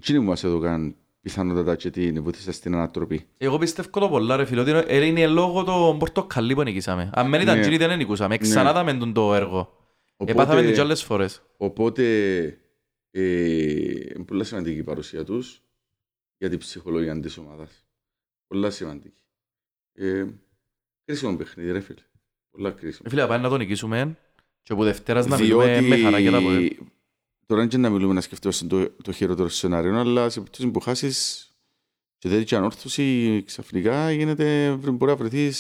[SPEAKER 2] Τι μου μας έδωκαν πιθανότατα και την βοήθησαν στην ανατροπή.
[SPEAKER 1] Εγώ πιστεύω το πολλά, ρε φίλε, ότι είναι- ε, είναι λόγω των πορτοκαλί που νικήσαμε. Αν δεν ήταν
[SPEAKER 2] Ναι.
[SPEAKER 1] τζίνι δεν νικούσαμε. Ξανάδαμε τον το έργο. Επάθαμε Ε, την κι άλλες φορές.
[SPEAKER 2] Οπότε ε, είναι πολύ σημαντική η παρουσία τους για την ψυχολογία της ομάδας. Πολλά σημαντική. Ε, κρίσιμο παιχνίδι, ρε φίλε. Πολλά κρίσιμο.
[SPEAKER 1] Ρε Ε, Φίλε, πάμε να τον νικήσουμε και από Δευτέρας να μιλούμε
[SPEAKER 2] Διότι
[SPEAKER 1] με χαρά για τα πόδια.
[SPEAKER 2] τώρα είναι και να μιλούμε να σκεφτόμαστε το, το χειρότερο σενάριο, αλλά σε περίπτωση που χάσεις και τέτοια ανόρθωση ξαφνικά γίνεται, μπορεί να βρεθείς.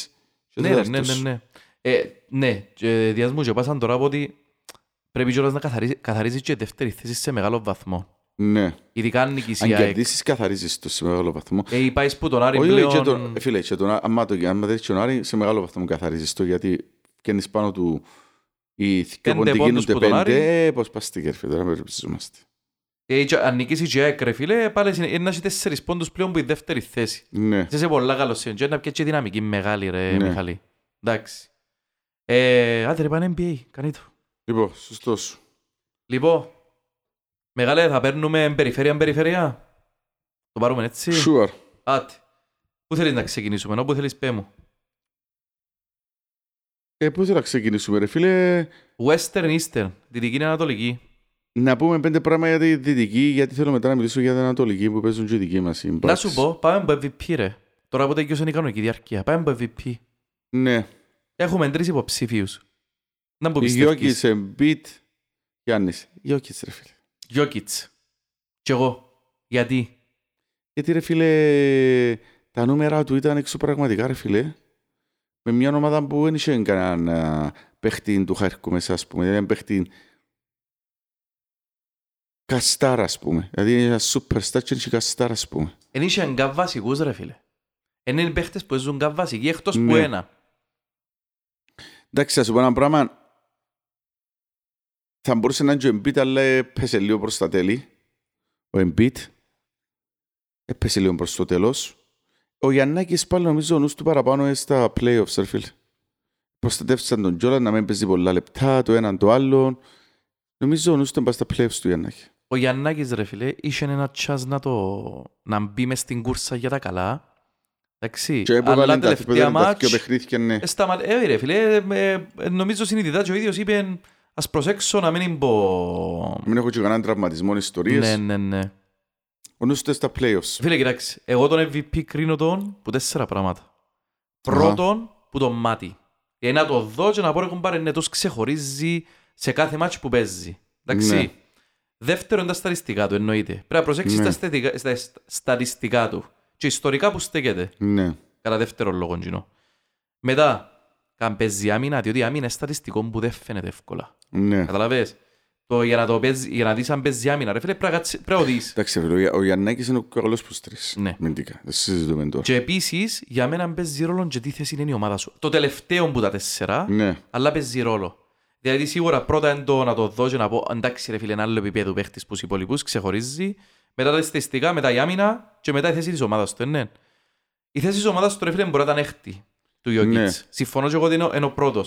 [SPEAKER 1] Ναι, ρε, ναι, ναι, ναι. Ε, ναι, και διάσμου και πάσαν τώρα από ότι πρέπει κιόλας να καθαρίζει, καθαρίζεις και δεύτερη θέση σε μεγάλο βαθμό.
[SPEAKER 2] ναι.
[SPEAKER 1] Ειδικά αν νικήσει η
[SPEAKER 2] Αν
[SPEAKER 1] ΑΕΚ.
[SPEAKER 2] κερδίσει, καθαρίζεις το σε μεγάλο βαθμό.
[SPEAKER 1] Ε, η πάεις που τον Άρη
[SPEAKER 2] Όχι, λέει, και
[SPEAKER 1] πλέον...
[SPEAKER 2] τον, φίλε, και τον, άμα, το, άμα δεις τον Άρη, σε μεγάλο βαθμό καθαρίζεις το, γιατί καίνεις πάνω του οι πιο
[SPEAKER 1] Πέντε
[SPEAKER 2] ποντικοί
[SPEAKER 1] πόντους
[SPEAKER 2] γίνονται
[SPEAKER 1] που τον Άρη.
[SPEAKER 2] πέντε, ε, πώς πας στην κέρφη, τώρα με ρωτήσομαστε.
[SPEAKER 1] Ε, και αν νικήσει η ΑΕΚ, ρε φίλε, πάλι είναι- είναι να έχει τέσσερις πόντους πλέον που η δεύτερη θέση.
[SPEAKER 2] Ναι,
[SPEAKER 1] Είσαι σε πολλά καλό σύντρο, να πιέτει δυναμική μεγάλη ρε
[SPEAKER 2] Ναι.
[SPEAKER 1] Μιχαλή. Εντάξει. Ε, άντε ρε πάνε NBA, κάνει το.
[SPEAKER 2] λοιπόν, σωστός.
[SPEAKER 1] Λοιπόν, μεγάλε θα παίρνουμε περιφέρεια-περιφέρεια. Το πάρουμε έτσι.
[SPEAKER 2] Sure.
[SPEAKER 1] Άτε. Πού θέλεις να ξεκινήσουμε, όπου θέλεις πέ μου.
[SPEAKER 2] Ε, πού θέλω να ξεκινήσουμε ρε φίλε,
[SPEAKER 1] Western, Eastern, Δυτική είναι Ανατολική.
[SPEAKER 2] να πούμε πέντε πράγματα για τη Δυτική, γιατί θέλω μετά να μιλήσω για την Ανατολική που παίζουν και οι δικοί μας. οι
[SPEAKER 1] Να
[SPEAKER 2] Bucks.
[SPEAKER 1] σου πω, πάμε από MVP ρε. Τώρα που τελειώσε η κανονική διάρκεια, πάμε από MVP.
[SPEAKER 2] Ναι,
[SPEAKER 1] Έχουμε τρεις υποψήφιους. Να που πιστεύεις.
[SPEAKER 2] Γιώκης, Embiid, Γιάννης. Γιώκης ρε φίλε.
[SPEAKER 1] Γιώκητς. Κι εγώ. Γιατί.
[SPEAKER 2] Γιατί ρε φίλε, τα νούμερα του ήταν εξωπραγματικά ρε φίλε. Με μια ομάδα που δεν είχε κανέναν α, παίχτη του Χάρκου μέσα ας πούμε. Έναν παίχτη καστάρα ας πούμε. Δηλαδή είναι ένα σούπερ στάρ και είχε καστάρα ας πούμε.
[SPEAKER 1] Εν είχε γκαβ βασικούς ρε φίλε. Εν είναι παίχτες που ζουν γκαβ βασικοί εκτός που
[SPEAKER 2] Ναι.
[SPEAKER 1] ένα.
[SPEAKER 2] Εντάξει θα σου πω ένα πράγμα. Θα μπορούσε να είναι και ο Embiid αλλά έπεσε λίγο προς τα τέλη. Ο Embiid έπεσε λίγο προς το τέλος. Ο Γιαννάκης πάλι νομίζω ο νους του παραπάνω είναι στα playoffs ρε φίλε. προστατεύσαν τον Τζόλα να μην παίζει πολλά λεπτά το έναν το άλλον. Νομίζω ο νους ήταν πάει στα playoffs του Γιαννάκη.
[SPEAKER 1] Ο Γιαννάκης ρε φίλε είχε ένα τσάς να, το... να μπει μες στην κούρσα για τα καλά. Εντάξει.
[SPEAKER 2] Και
[SPEAKER 1] Αλλά
[SPEAKER 2] έβαλαν τα
[SPEAKER 1] τελευταία
[SPEAKER 2] θεπέδια τα
[SPEAKER 1] μάτς...
[SPEAKER 2] δυο παιχνίδια ναι.
[SPEAKER 1] Σταμα... Ε, ρε φίλε, ε, ε, νομίζω συνειδητά και ο ίδιος είπε ας προσέξω να μην μπω...
[SPEAKER 2] Μην έχω και κανέναν τραυματισμό
[SPEAKER 1] Ναι,
[SPEAKER 2] ιστορίες.
[SPEAKER 1] ναι, ναι.
[SPEAKER 2] Ο νους του είναι στα playoffs.
[SPEAKER 1] Φίλε, κοιτάξτε, εγώ τον MVP κρίνω τον που τέσσερα πράγματα. Πρώτον, που τον μάτι. Για να το δω και να πω έχουν πάρει νετός ξεχωρίζει σε κάθε μάτσο που παίζει. Εντάξει.
[SPEAKER 2] Ναι.
[SPEAKER 1] Δεύτερον, τα στατιστικά του εννοείται. Πρέπει να προσέξεις
[SPEAKER 2] Ναι.
[SPEAKER 1] τα, στατιστικά, στα στατιστικά του και ιστορικά που στέκεται.
[SPEAKER 2] Ναι.
[SPEAKER 1] Κατά δεύτερον λόγο, Τζινό. Μετά, καν παίζει άμυνα, διότι η άμυνα είναι στατιστικό που δεν φαίνεται εύκολα.
[SPEAKER 2] Ναι.
[SPEAKER 1] Καταλαβες. Το, για, να το παίζει, για να δεις αν παίζει άμυνα, ρε φίλε, πρέπει να κάτσεις- πρέπει να το δεις.
[SPEAKER 2] Εντάξει, ρε, ο Ια- ο Γιαννάκης είναι ο πιο καλός προς τρεις.
[SPEAKER 1] Ναι.
[SPEAKER 2] Μυντικά. Δεν συζητούμε τώρα.
[SPEAKER 1] Και επίσης, για μένα παίζει ρόλο και τι θέση είναι η ομάδα σου. Το τελευταίο που τα τέσσερα,
[SPEAKER 2] Ναι.
[SPEAKER 1] αλλά παίζει ρόλο. Δηλαδή, σίγουρα πρώτα είναι το να το δω και να πω εντάξει, ρε φίλε, ένα άλλο επίπεδο παίχτης που στους υπόλοιπους ξεχωρίζει. Μετά τα στατιστικά, μετά η άμυνα και μετά η θέση της ομάδας του. ε, Ναι. Η θέση της ομάδας του, ρε φίλε, μπορεί να ήταν έκτη του Jokic.
[SPEAKER 2] Ναι.
[SPEAKER 1] Συμφωνώ και εγώ ότι είναι ο- είναι ο πρώτος.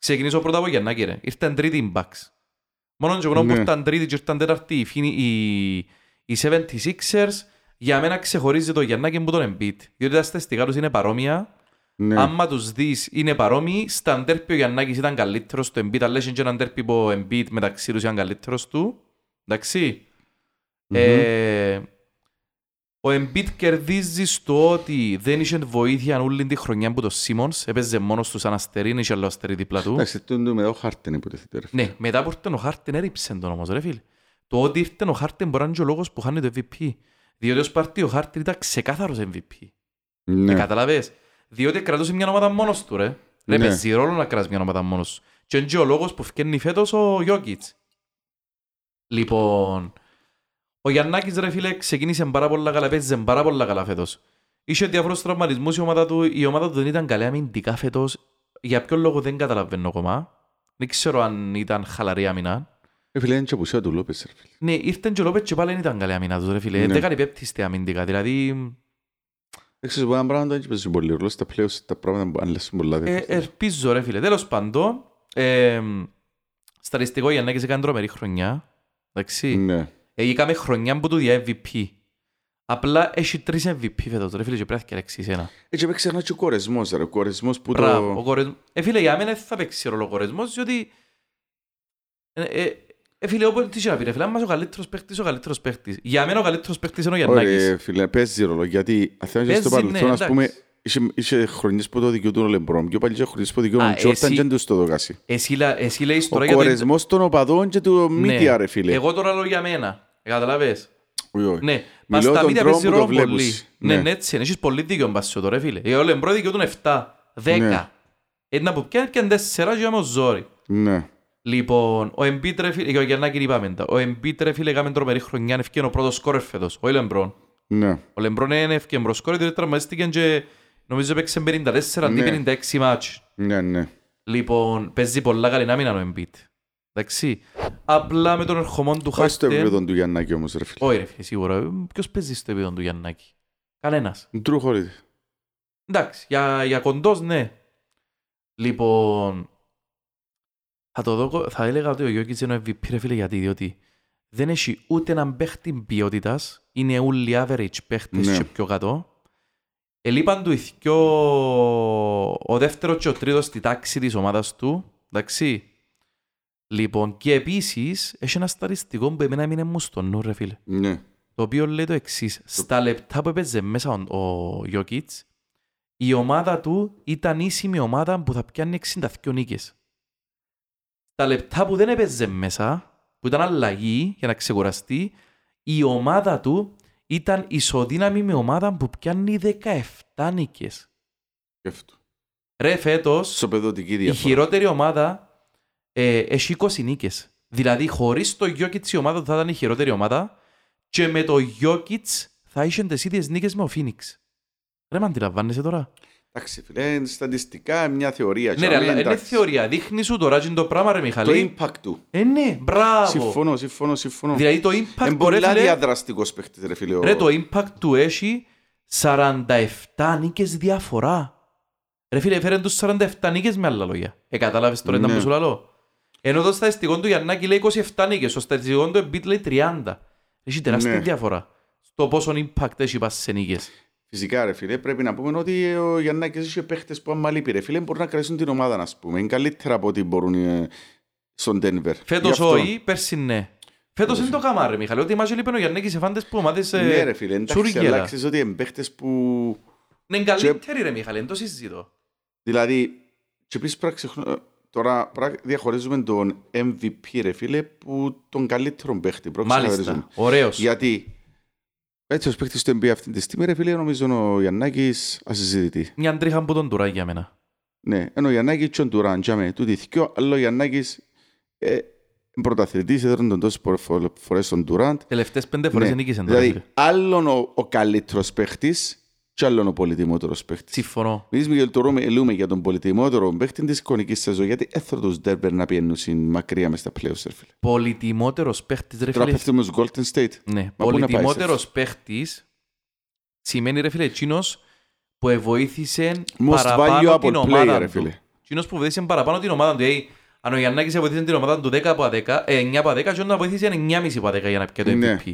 [SPEAKER 1] Ξεκινήσω πρώτα από Γιαννάκη, ρε. Ήρθαν τρίτη οι Bucks. Μόνο το γεγονό
[SPEAKER 2] Ναι.
[SPEAKER 1] που ήταν τρίτη και ήρθαν τέταρτη οι, Phoenix- οι, οι 76ers, για μένα ξεχωρίζει το Γιαννάκη που τον Embiid. Διότι τα στατιστικά τους είναι παρόμοια.
[SPEAKER 2] Ναι.
[SPEAKER 1] Άμα τους δεις είναι παρόμοιοι, στα ντέρπι ο Γιαννάκης ήταν καλύτερος του Embiid, αλλά είχε και έναν ντέρπι που ο Embiid μεταξύ τους ήταν καλύτερος του. Εντάξει. Ε, ο Embiid κερδίζει στο ότι δεν είχε βοήθεια όλη τη χρονιά που το Simmons έπαιζε μόνος τους σαν αστερί, δεν είχε άλλο αστερί δίπλα του.
[SPEAKER 2] Εντάξει, το είναι ο Χάρτεν υποτίθεται. ρε.
[SPEAKER 1] Ναι, μετά που ήρθε ο Χάρτεν έριψε τον όμως ρε φίλε. Το ότι ήρθε ο Χάρτεν μπορεί να είναι και ο λόγος που χάνει το MVP. Διότι ως πάρτι ο Χάρτεν ήταν ξεκάθαρος MVP.
[SPEAKER 2] Ναι.
[SPEAKER 1] Ε, καταλαβες. Διότι κρατούσε μια ομάδα μόνος του, ρε. Ρε,
[SPEAKER 2] Ναι.
[SPEAKER 1] παίζει ρόλο να κρατάς μια ομάδα μόνος σου. Και είναι και ο λόγος που φκένει φέτος ο Γιώκητς. Λοιπόν, ο Γιαννάκης, ρε φίλε, ξεκίνησε πάρα πολλά καλά, παίζει πάρα πολλά καλά φέτος. Είχε διάφορους τραυματισμούς η ομάδα του, η ομάδα του δεν ήταν καλή αμυντικά φέτος. Για ποιο λόγο δεν καταλαβαίνω ακόμα. Δεν ξέρω αν ήταν χαλαρή άμυνα.
[SPEAKER 2] Ρε Ε, φίλε, είναι και απουσία του Λόπες, ρε φίλε.
[SPEAKER 1] Ναι, ήρθαν και ο Λόπετ και πάλι δεν ήταν καλή αμυνά τους, ρε φίλε.
[SPEAKER 2] Ναι.
[SPEAKER 1] Δεν κάνει πέπτιστη αμυντικά, δηλαδή
[SPEAKER 2] Δεν ξέρω, μπορεί να πράγμα δεν παίζει πολύ ρόλος στα playoffs, τα πράγματα που αν λες πολλά δεν
[SPEAKER 1] Ε,
[SPEAKER 2] παίζουν.
[SPEAKER 1] ελπίζω ρε φίλε. Τέλος πάντων, ε, σταριστικό για να και σε κάνει τρομερή χρονιά. Εντάξει.
[SPEAKER 2] Ναι.
[SPEAKER 1] Ε, είχαμε χρονιά που του δια MVP. Απλά έχει τρεις MVP φέτος ρε φίλε και πρέπει να διαλέξεις ένα.
[SPEAKER 2] Έτσι παίξει συχνά Ε, και ο κορεσμός, ρε. Ο κορεσμός που
[SPEAKER 1] Μπράβο, ο
[SPEAKER 2] το...
[SPEAKER 1] κορεσμός. Ε, φίλε, για μένα δεν θα παίξει ρόλο ο κορεσμός, διότι... Ε, ε, ε, φίλε, όπως τι είχε να πει ρε φίλε, άμα είσαι ο καλύτερος παίχτης, ο καλύτερος παίχτης. Για μένα ο καλύτερος παίχτης είναι ο Γιαννάκης.
[SPEAKER 2] Ωραία, φίλε, παίζει ρόλο. Γιατί αν θέλεις
[SPEAKER 1] Παίζει, ναι,
[SPEAKER 2] στο παρελθόν, ας
[SPEAKER 1] εντάξει.
[SPEAKER 2] πούμε, είχε- είχε χρονιές που το δικαιούτουν ο Λεμπρόμ. Πιο πάλι είχε χρονιές που δικαιούτουν
[SPEAKER 1] Α,
[SPEAKER 2] ο Τζόρταν
[SPEAKER 1] εσύ-
[SPEAKER 2] και αν τους το δοκάσει.
[SPEAKER 1] Εσύ, λα- εσύ λέεις τώρα
[SPEAKER 2] Ο
[SPEAKER 1] για το...
[SPEAKER 2] κορεσμός των οπαδών και του μύτια, ρε φίλε.
[SPEAKER 1] Εγώ τώρα λέω για μένα. Καταλαβες.
[SPEAKER 2] Όχι, όχι.
[SPEAKER 1] Ναι, μα
[SPEAKER 2] Μιλώ
[SPEAKER 1] στα
[SPEAKER 2] τον
[SPEAKER 1] μίδια
[SPEAKER 2] τρόπο
[SPEAKER 1] παίζει
[SPEAKER 2] που
[SPEAKER 1] ρόλο
[SPEAKER 2] το
[SPEAKER 1] πολύ.
[SPEAKER 2] βλέπεις.
[SPEAKER 1] Ναι,
[SPEAKER 2] Ναι.
[SPEAKER 1] ναι, έτσι είναι. Έχεις πολύ δίκιο μπας σου τώρα, φίλε. Ε, Ο Λεμπρό δικαιούτουν 7, 10.
[SPEAKER 2] Ναι.
[SPEAKER 1] Ένα Ε, που πιάνει πιάνει 4 και όμως ζόρι.
[SPEAKER 2] Ναι.
[SPEAKER 1] Λοιπόν, ο Εμπίτ ρε φίλε, και ο Γιαννάκη είπαμε τα. Ο Εμπίτ ρε φίλε έκαμε τρομερή χρονιά, ευκαιρία ο πρώτος σκόρερ φέτος, ο Λεμπρόν.
[SPEAKER 2] Ναι.
[SPEAKER 1] Ο Λεμπρόν είναι ευκαιρία προσκόρερ, διότι τραυματίστηκε και νομίζω παίξε 54 αντί
[SPEAKER 2] Ναι.
[SPEAKER 1] 56 μάτς.
[SPEAKER 2] Ναι, ναι.
[SPEAKER 1] Λοιπόν, παίζει πολλά καλή άμυνα ο Εμπίτ. Εντάξει. Απλά με τον ερχομόν του
[SPEAKER 2] Όχι στο
[SPEAKER 1] Χάρτερ...
[SPEAKER 2] επίπεδο του Γιαννάκη όμως, ρε φίλε.
[SPEAKER 1] Όχι ρε φίλε, σίγουρα. Ποιος παίζει στο επίπεδο του Γιαννάκη. Κανένας.
[SPEAKER 2] Ντρούχολη.
[SPEAKER 1] Εντάξει, για, για κοντός ναι. Λοιπόν, θα, το δω, θα έλεγα ότι ο Γιώκης είναι ο MVP ρε φίλε γιατί, διότι δεν έχει ούτε έναν παίχτη ποιότητας, είναι όλοι average παίχτες
[SPEAKER 2] Ναι.
[SPEAKER 1] και πιο κάτω. Ελείπαν του οι δυο, ο δεύτερος και ο τρίτος στη τάξη της ομάδας του, εντάξει. Λοιπόν, και επίσης έχει ένα σταριστικό που εμένα έμεινε μου στο νου ρε φίλε
[SPEAKER 2] Ναι.
[SPEAKER 1] το οποίο λέει το εξής. Στα λεπτά που έπαιζε μέσα ο, ο Jokic, η ομάδα του ήταν ίση με ομάδα που θα πιάνει 62 νίκες. Στα λεπτά που δεν έπαιζε μέσα, που ήταν αλλαγή για να ξεκουραστεί, η ομάδα του ήταν ισοδύναμη με ομάδα που πιάνει 17 νίκες.
[SPEAKER 2] Γι' αυτό.
[SPEAKER 1] Ρε φέτος,
[SPEAKER 2] Σοπεδωτική
[SPEAKER 1] η
[SPEAKER 2] διαφορά.
[SPEAKER 1] χειρότερη ομάδα ε, έχει 20 νίκες. Δηλαδή, χωρίς το Γιώκητ η ομάδα του θα ήταν η χειρότερη ομάδα και με το Γιώκητ θα είχε τις ίδιες νίκες με ο Φίνιξ. Ρε, μα αντιλαμβάνεσαι τώρα.
[SPEAKER 2] Εντάξει, φίλε, είναι στατιστικά μια θεωρία.
[SPEAKER 1] ναι,
[SPEAKER 2] και
[SPEAKER 1] ρε,
[SPEAKER 2] αμέ,
[SPEAKER 1] αλλά είναι
[SPEAKER 2] εντάξει.
[SPEAKER 1] θεωρία. Δείχνει σου τώρα και το πράγμα, ρε
[SPEAKER 2] Το
[SPEAKER 1] Μιχαλή.
[SPEAKER 2] impact του.
[SPEAKER 1] Ε, ναι, μπράβο.
[SPEAKER 2] Συμφωνώ, συμφωνώ, συμφωνώ. Ε,
[SPEAKER 1] Δηλαδή, το impact
[SPEAKER 2] Είναι
[SPEAKER 1] του ρε,
[SPEAKER 2] πολλά
[SPEAKER 1] φίλε,
[SPEAKER 2] διαδραστικός παίχτης, ρε φίλε. ο-
[SPEAKER 1] ρε, το impact του έχει 47 νίκες διαφορά. Ρε φίλε, φέρεν τους 47 νίκες με άλλα λόγια. Ε, κατάλαβες τώρα ήταν
[SPEAKER 2] Ναι.
[SPEAKER 1] που σου λαλώ. Ενώ το στατιστικό του Γιαννάκη λέει 27 νίκες, το στατιστικό του Embiid λέει 30. Έχει τεράστια
[SPEAKER 2] Ναι.
[SPEAKER 1] διαφορά στο πόσο impact έχει πας σε νίκες.
[SPEAKER 2] Φυσικά, ρε φίλε, πρέπει να πούμε ότι ο Γιαννάκης είχε παίχτες που άμα λείπει, ρε φίλε, μπορούν να κρατήσουν την ομάδα, ας πούμε. Είναι καλύτερα από ό,τι μπορούν ε, στον Denver.
[SPEAKER 1] Φέτος
[SPEAKER 2] Γι' αυτό.
[SPEAKER 1] όχι, πέρσι ναι. Φέτος είναι το καμάρ, ρε Μιχαλή, ότι μάζε λείπεν ο Γιαννάκης σε φάντες που ομάδες ε,
[SPEAKER 2] Ναι, ρε φίλε, εντάξει,
[SPEAKER 1] τσουριγγέλα.
[SPEAKER 2] αλλά ξέρεις ότι είναι παίχτες που...
[SPEAKER 1] Ναι, είναι καλύτερη ρε Μιχαλή, δεν το συζητώ.
[SPEAKER 2] Δηλαδή, και επίσης πρέπει να ξεχνώ- Τώρα πρέπει να διαχωρίζουμε τον MVP, ρε φίλε, που τον καλύτερο παίχτη. Πρέπει να ξεχωρίζουμε.
[SPEAKER 1] Μάλιστα, ωραίος.
[SPEAKER 2] Γιατί έτσι ως παίχτης του NBA αυτή τη στιγμή, ρε φίλε, νομίζω ο Γιαννάκης ασυζητητή.
[SPEAKER 1] Μια τρίχα που τον τουράει για μένα.
[SPEAKER 2] Ναι, ενώ ο Γιαννάκης και ο Ντουράν, τζάμε, τούτοι θυκιό, αλλά ο Γιαννάκης ε, πρωταθλητής, έδραν τον τόσες πο- φορές στον Ντουράντ.
[SPEAKER 1] Τελευταίες πέντε φορές
[SPEAKER 2] Ναι.
[SPEAKER 1] νίκησε.
[SPEAKER 2] Δηλαδή, άλλον ο, ο καλύτερος παίχτης και άλλον ο πολυτιμότερος παίχτης.
[SPEAKER 1] Συμφωνώ.
[SPEAKER 2] Μιλήσουμε για το Ρώμη, μιλούμε για τον πολυτιμότερο παίχτη της εικονικής σεζόν, γιατί έθρο τους Ντέρμπερ να πιένουν συν μακριά μες στα playoffs, ρε φίλε.
[SPEAKER 1] Πολυτιμότερος παίχτης, ρε
[SPEAKER 2] Τώρα
[SPEAKER 1] φίλε.
[SPEAKER 2] πέφτουμε στους Golden State.
[SPEAKER 1] Ναι.
[SPEAKER 2] πού να πάει,
[SPEAKER 1] Πολυτιμότερος παίχτης σημαίνει, ρε φίλε, εκείνος που εβοήθησε
[SPEAKER 2] Most
[SPEAKER 1] παραπάνω την
[SPEAKER 2] valuable player, ρε
[SPEAKER 1] ομάδα του.
[SPEAKER 2] φίλε.
[SPEAKER 1] Εκείνος που βοήθησε παραπάνω την ομάδα του. Ε, αν ο Γιαννάκης βοήθησε την ομάδα του 10 από 10, ε, 9 από 10, και να βοήθησε 9,5 από 10 για να πιει το
[SPEAKER 2] Ναι.
[SPEAKER 1] MVP.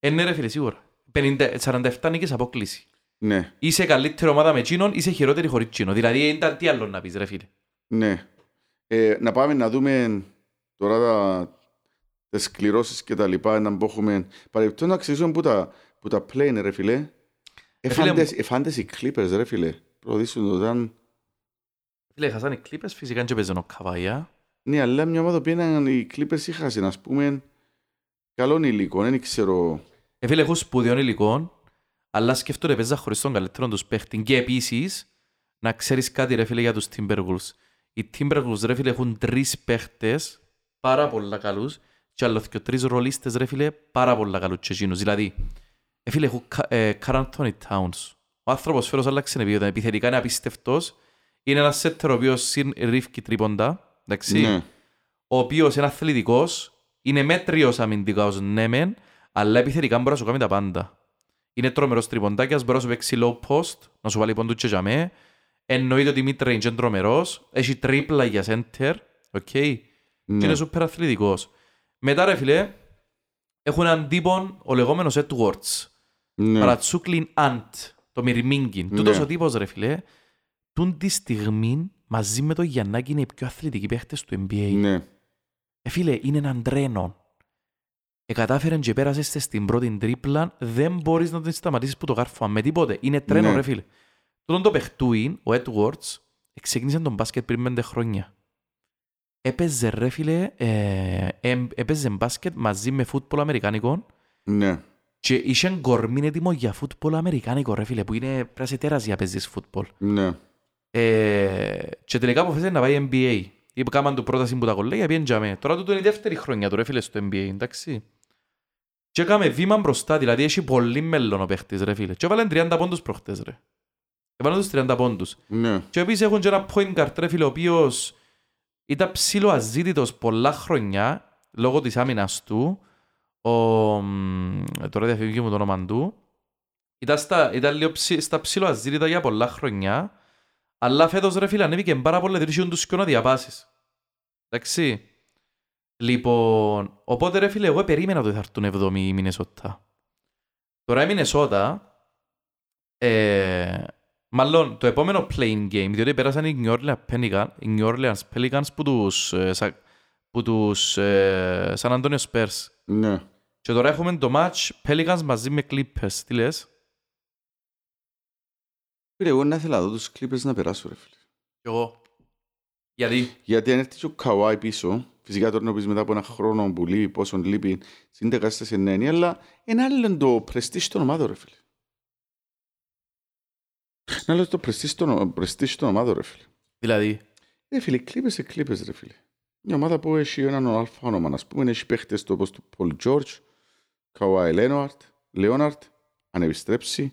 [SPEAKER 1] Ε, ναι, ρε φίλε, σίγουρα. 50, 47 νίκες απόκληση.
[SPEAKER 2] Ναι,
[SPEAKER 1] Είσαι καλύτερη ομάδα με εκείνον, είσαι χειρότερη χωρίς εκείνον. Δηλαδή, ε, ήταν τι άλλο να πεις, ρε φίλε.
[SPEAKER 2] ναι. Ε, να πάμε να δούμε τώρα τα, τις σκληρώσεις και τα λοιπά, να μπω έχουμε... Παρεπτώ να αξίζουν που τα, που τα play είναι, ρε φίλε.
[SPEAKER 1] Ε, φίλε μου.
[SPEAKER 2] Εφάντες, εφάντες οι Clippers, ρε φίλε. Προδίσουν όταν...
[SPEAKER 1] Φίλε, χασάνε οι Clippers, φυσικά και παίζουν ο Καβάια.
[SPEAKER 2] Ναι, αλλά μια ομάδα που είναι οι Clippers είχασαν, ας πούμε, καλών υλικών, δεν ξέρω...
[SPEAKER 1] Ε, φίλε, έχω σπουδαιών υλικών, αλλά σκέφτονται παίζα χωρίς τον καλύτερο τους παίχτη. Και επίσης, να ξέρεις κάτι ρε φίλε για τους Timberwolves. Οι Timberwolves ρε φίλε έχουν τρεις παίχτες πάρα πολλά καλούς και άλλος και τρεις ρολίστες ρε φίλε πάρα πολλά καλούς και εκείνους. Δηλαδή, ε, φίλε, έχω Κα- ε, Καρ Anthony Towns. Ο άνθρωπος φέρος άλλαξε επίπεδο. Επιθετικά είναι απίστευτος. Είναι ένας σέτερ ο οποίος συν ρίφκι τρίποντα. Εντάξει
[SPEAKER 2] Ναι,
[SPEAKER 1] ο οποίος είναι αθλητικός, είναι μέτριος αμυντικά ω ναι, μεν, αλλά επιθετικά μπορεί να σου κάνει τα πάντα. Είναι τρομερός τριποντάκια, μπορεί να σου παίξει low post, να σου βάλει ποντούτσε για μέ. Εννοείται ότι mid range είναι τρομερός, έχει τρίπλα για center, οκ. Και
[SPEAKER 2] ναι.
[SPEAKER 1] είναι σούπερ αθλητικός. Μετά, ρε φιλέ, έχουν έναν τύπον ο λεγόμενος Edwards.
[SPEAKER 2] ναι.
[SPEAKER 1] Παρατσούκλιν Αντ, το Μυρμίγκιν.
[SPEAKER 2] Ναι.
[SPEAKER 1] Τούτος ο τύπος ρε φιλέ, τούν τη στιγμή μαζί με τον Γιαννάκη είναι οι πιο αθλητικοί παίχτες του NBA.
[SPEAKER 2] Ναι,
[SPEAKER 1] Ε, φίλε, είναι έναν τρένο. Ε, κατάφερε και πέρασες στην πρώτη τρίπλα, δεν μπορείς να την σταματήσεις που το γάρφω με τίποτε. Είναι τρένο,
[SPEAKER 2] Ναι.
[SPEAKER 1] ρε φίλε. Τον το παιχτούιν, ο Edwards, ξεκίνησε τον μπάσκετ πριν πέντε χρόνια. Έπαιζε, ρε φίλε, ε, εμ- έπαιζε μπάσκετ μαζί με φούτπολ αμερικάνικο
[SPEAKER 2] ναι.
[SPEAKER 1] και είχε κορμί έτοιμο για φούτπολ αμερικάνικο, ρε φίλε, που είναι πρέπει να είσαι τέρας για να παίζεις φούτπολ.
[SPEAKER 2] ναι.
[SPEAKER 1] Ε, και τελικά αποφάσισε να πάει NBA. Είπε κάμαν του πρόταση που τα κολλέγια, πήγαινε για μέ. Τώρα τούτο είναι η δεύτερη χρονιά του ρε φίλε στο NBA, εντάξει. Και έκαμε βήμα μπροστά, δηλαδή έχει πολύ μέλλον ο παίχτης ρε φίλε. Και έβαλε 30 πόντους προχτές ρε. Έβαλε τους 30 πόντους.
[SPEAKER 2] Ναι,
[SPEAKER 1] Και επίσης έχουν και ένα point guard ρε φίλε, ο οποίος ήταν ψηλό αζήτητος πολλά χρόνια, λόγω της άμυνας του. Ο, μ, τώρα διαφεύγει μου το όνομα του. Ήταν, στα, ήταν λίγο ψη, στα ψηλό αζήτητα για πολλά χρόνια. Αλλά φέτος ρε φίλε ανέβηκε πάρα πολλά δρύσιον τους και να διαβάσεις. Εντάξει. Λοιπόν, οπότε ρε φίλε, εγώ περίμενα ότι θα έρθουν 7 η Μινεσότα. Τώρα η Μινεσότα, ε, μάλλον το επόμενο playing game, διότι πέρασαν οι New Orleans Pelicans, οι New Orleans Pelicans που τους, ε, σα- που τους ε, San Antonio Spurs.
[SPEAKER 2] ναι.
[SPEAKER 1] Και τώρα έχουμε το match Pelicans μαζί με Clippers. Τι λες?
[SPEAKER 2] Φίλε, εγώ να ήθελα να δω τους Clippers να περάσω, ρε φίλε.
[SPEAKER 1] Κι εγώ. Γιατί?
[SPEAKER 2] Γιατί αν έρθει και ο Καουάι πίσω, φυσικά τώρα να πεις μετά από ένα χρόνο που λείπει, πόσον λείπει, στην κατάσταση είναι έννοια, αλλά ένα άλλο είναι το πρεστίχ των ομάδων, ρε φίλε. Ένα άλλο είναι το πρεστίχ των, prestige των ομάδων, ρε φίλε.
[SPEAKER 1] Δηλαδή,
[SPEAKER 2] Ρε Ε, φίλε, Clippers σε Clippers, ρε φίλε. Μια ομάδα που έχει έναν αλφα όνομα, ας πούμε, έχει παίχτες το όπως του Πολ Τζόρτζ, Καουάι Λέοναρτ, Λέοναρτ, αν επιστρέψει.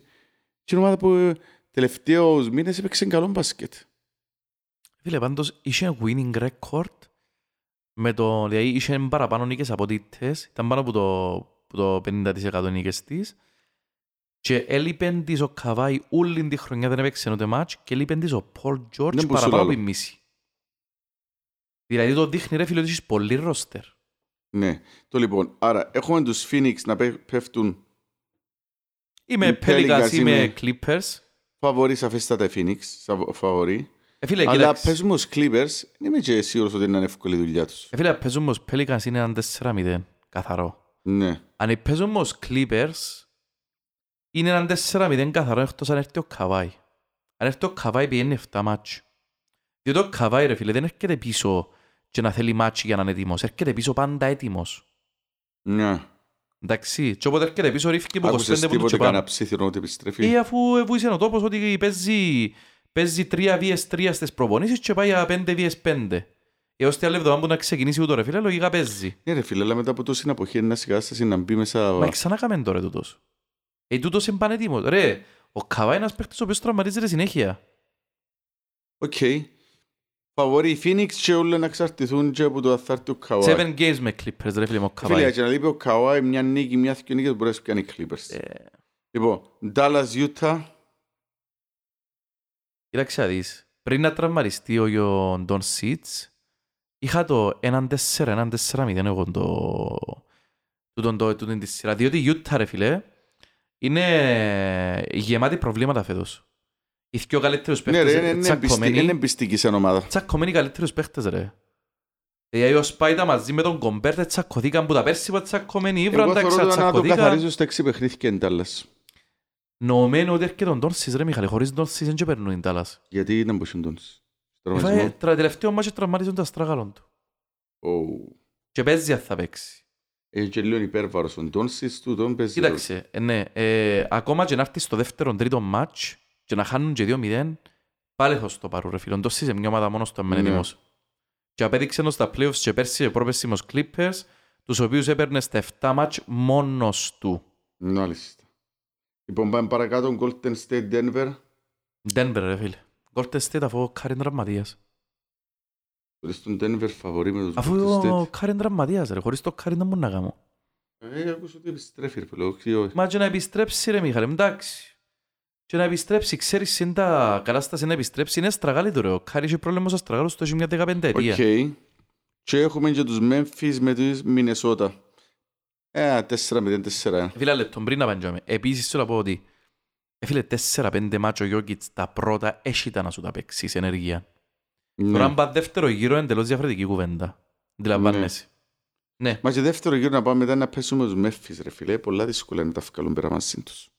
[SPEAKER 2] Και είναι ομάδα που ε, τελευταίους μήνες έπαιξε καλό μπάσκετ.
[SPEAKER 1] Φίλε, πάντως είχε winning record με το, δηλαδή είχε παραπάνω νίκες από τίτες, ήταν πάνω από το, από το 50% νίκες της και έλειπεν της ο Καβάη όλη τη χρονιά δεν έπαιξε ούτε μάτς και έλειπεν της ο Πολ Τζόρτς
[SPEAKER 2] Δεν μπορούσε
[SPEAKER 1] παραπάνω από
[SPEAKER 2] άλλο.
[SPEAKER 1] η μίση. Δηλαδή το δείχνει ρε φίλε ότι έχεις πολύ ρόστερ.
[SPEAKER 2] Ναι. Το λοιπόν, άρα έχουμε τους Phoenix να πέ- πέφτουν
[SPEAKER 1] Είμαι
[SPEAKER 2] Οι
[SPEAKER 1] Pelicans,
[SPEAKER 2] Pelicans
[SPEAKER 1] είμαι
[SPEAKER 2] είναι-
[SPEAKER 1] Clippers.
[SPEAKER 2] φαβορείς σαφέστατα οι Phoenix, σα- φαβορεί.
[SPEAKER 1] Ε, φίλε,
[SPEAKER 2] Αλλά
[SPEAKER 1] κοίταξε.
[SPEAKER 2] πες μου τους Clippers, δεν είμαι και σίγουρος ότι είναι εύκολη η δουλειά τους.
[SPEAKER 1] Ε, φίλε, παίζουν όμως Pelicans είναι έναν 4-0, καθαρό.
[SPEAKER 2] Ναι.
[SPEAKER 1] Αν παίζουν όμως Clippers, είναι έναν 4-0 καθαρό εκτός αν έρθει ο Καβάη. Αν έρθει ο Καβάη πηγαίνει 7 μάτσο. Διότι ο Καβάη ρε φίλε δεν έρχεται πίσω και να θέλει μάτσι για να είναι έτοιμος. Έρχεται πίσω πάντα έτοιμος.
[SPEAKER 2] Ναι.
[SPEAKER 1] Εντάξει, και όποτε έρχεται πίσω ρίφκει από 25
[SPEAKER 2] Άκουσες
[SPEAKER 1] πόντους και
[SPEAKER 2] τίποτε
[SPEAKER 1] πάνω. eh,
[SPEAKER 2] κανένα ψήθυρο ότι επιστρέφει.
[SPEAKER 1] Ή αφού εβούησε ο τόπος ότι παίζει παίζει 3 vs 3 στις προπονήσεις και πάει για 5 vs 5. Έως τη άλλη εβδομάδα που να ξεκινήσει ούτω ρε φίλε, λογικά παίζει.
[SPEAKER 2] Ναι, ρε φίλε, αλλά μετά από τόση αποχή είναι σε κατάσταση να μπει μέσα.
[SPEAKER 1] Μα ξανά κάμε τώρα τούτος. Ε, τούτος είναι πανέτοιμος. Ρε, ο Καβά είναι ένας παίκτης ο οποίος τραυματίζεται συνέχεια.
[SPEAKER 2] Οκ. Φαβορεί η Phoenix και όλα να εξαρτηθούν και από το αθάρ του Καουάι.
[SPEAKER 1] 7 games με Clippers ρε φίλε μου ο Καβά.
[SPEAKER 2] Ε, Φίλε, και να λείπει ο Καουάι μια νίκη, μια δυο νίκες μπορείς να κάνεις οι Clippers.
[SPEAKER 1] Ε.
[SPEAKER 2] Λοιπόν, Dallas, Utah.
[SPEAKER 1] Κοίταξε να δεις. Πριν να τραυματιστεί ο Ιον- Don Seeds, είχα το 1-4, 1-4-0 εγώ το... Τούτον το, τούτον τη σειρά. Διότι η Utah, ρε φίλε, είναι γεμάτη προβλήματα φέτος. Οι δυο καλύτερους
[SPEAKER 2] Ναι,
[SPEAKER 1] παίχτες,
[SPEAKER 2] ρε, είναι- είναι εμπιστή- είναι εμπιστική σαν ομάδα.
[SPEAKER 1] τσακωμένοι καλύτερους παίχτες, ρε. Δηλαδή ο Σπάιτα μαζί με τον Κομπέρτε τσακωθήκαν που τα πέρσι είπα τσακωμένοι
[SPEAKER 2] Εγώ
[SPEAKER 1] ύβραν, τα
[SPEAKER 2] θεωρώ ότι να το
[SPEAKER 1] ξατσακωθήκαν.
[SPEAKER 2] καθαρίζω στα έξι παιχνίδια εν Dallas.
[SPEAKER 1] Νομένω ότι έρχεται τον Τόρσις ρε Μιχαλή, χωρίς Τόρσις δεν και περνούν οι Τάλλας.
[SPEAKER 2] Γιατί ήταν ποσιντώνες.
[SPEAKER 1] Έφαγε
[SPEAKER 2] Τραυματισμό.
[SPEAKER 1] τρα- τελευταίο μάτσο τραυματίζουν το αστράγαλον του.
[SPEAKER 2] Ω.
[SPEAKER 1] Και παίζει αν θα παίξει.
[SPEAKER 2] Ε, και λίγο υπέρβαρος ο Ντόνσις του, τον παίζει.
[SPEAKER 1] Κοίταξε, ε, ναι, ε, ακόμα και να έρθει στο δεύτερο τρίτο μάτς και να χάνουν και 2-0, πάλι θα στο πάρουν ρε φίλον. Τόσοι σε μια ομάδα μόνος του αν είναι
[SPEAKER 2] Ναι.
[SPEAKER 1] έτοιμος. Και απέδειξε ενώ στα playoffs και πέρσι και πρόπερσι με τους Clippers, τους οποίους έπαιρνε στα 7 μάτς μόνος του.
[SPEAKER 2] Ναι, Μάλιστα. Λοιπόν, πάμε παρακάτω, Golden State Denver.
[SPEAKER 1] Denver ρε φίλε. Golden State αφού ο Κάριν τραυματίας.
[SPEAKER 2] Χωρίς τον Denver φαβορεί με τους
[SPEAKER 1] Αφού
[SPEAKER 2] Golden
[SPEAKER 1] ο
[SPEAKER 2] State.
[SPEAKER 1] Κάριν τραυματίας ρε, χωρίς το Κάριν δεν μπορώ να κάνω.
[SPEAKER 2] Ε, άκουσα ότι επιστρέφει, ρε φίλε, όχι, όχι.
[SPEAKER 1] Μα και να επιστρέψει ρε Μιχαλή, εντάξει. Και να επιστρέψει, ξέρεις, είναι τα κατάσταση να επιστρέψει, είναι στραγάλι του ρε. Ο Κάρι είχε πρόβλημα στα στραγάλους του, έχει μια δεκαπενταετία.
[SPEAKER 2] Οκ. Και έχουμε και τους Memphis με τους Minnesota. Ε, 4-0-4-1.
[SPEAKER 1] Φίλε, λεπτό πριν να παντζάμε. Επίσης, θέλω να πω ότι ε, φίλε, 4-5 μάτσο Γιώκητς τα πρώτα έχει τα να σου τα παίξεις ενεργεία. Τώρα, αν
[SPEAKER 2] Ναι.
[SPEAKER 1] πάει δεύτερο γύρο, είναι εντελώς διαφορετική κουβέντα. Αντιλαμβάνεσαι. Ναι.
[SPEAKER 2] Μα και δεύτερο γύρο να πάμε μετά να πέσουμε τους Memphis, ρε φίλε. Πολλά δύσκολα είναι να τα βγάλουν πέρα μαζί τους.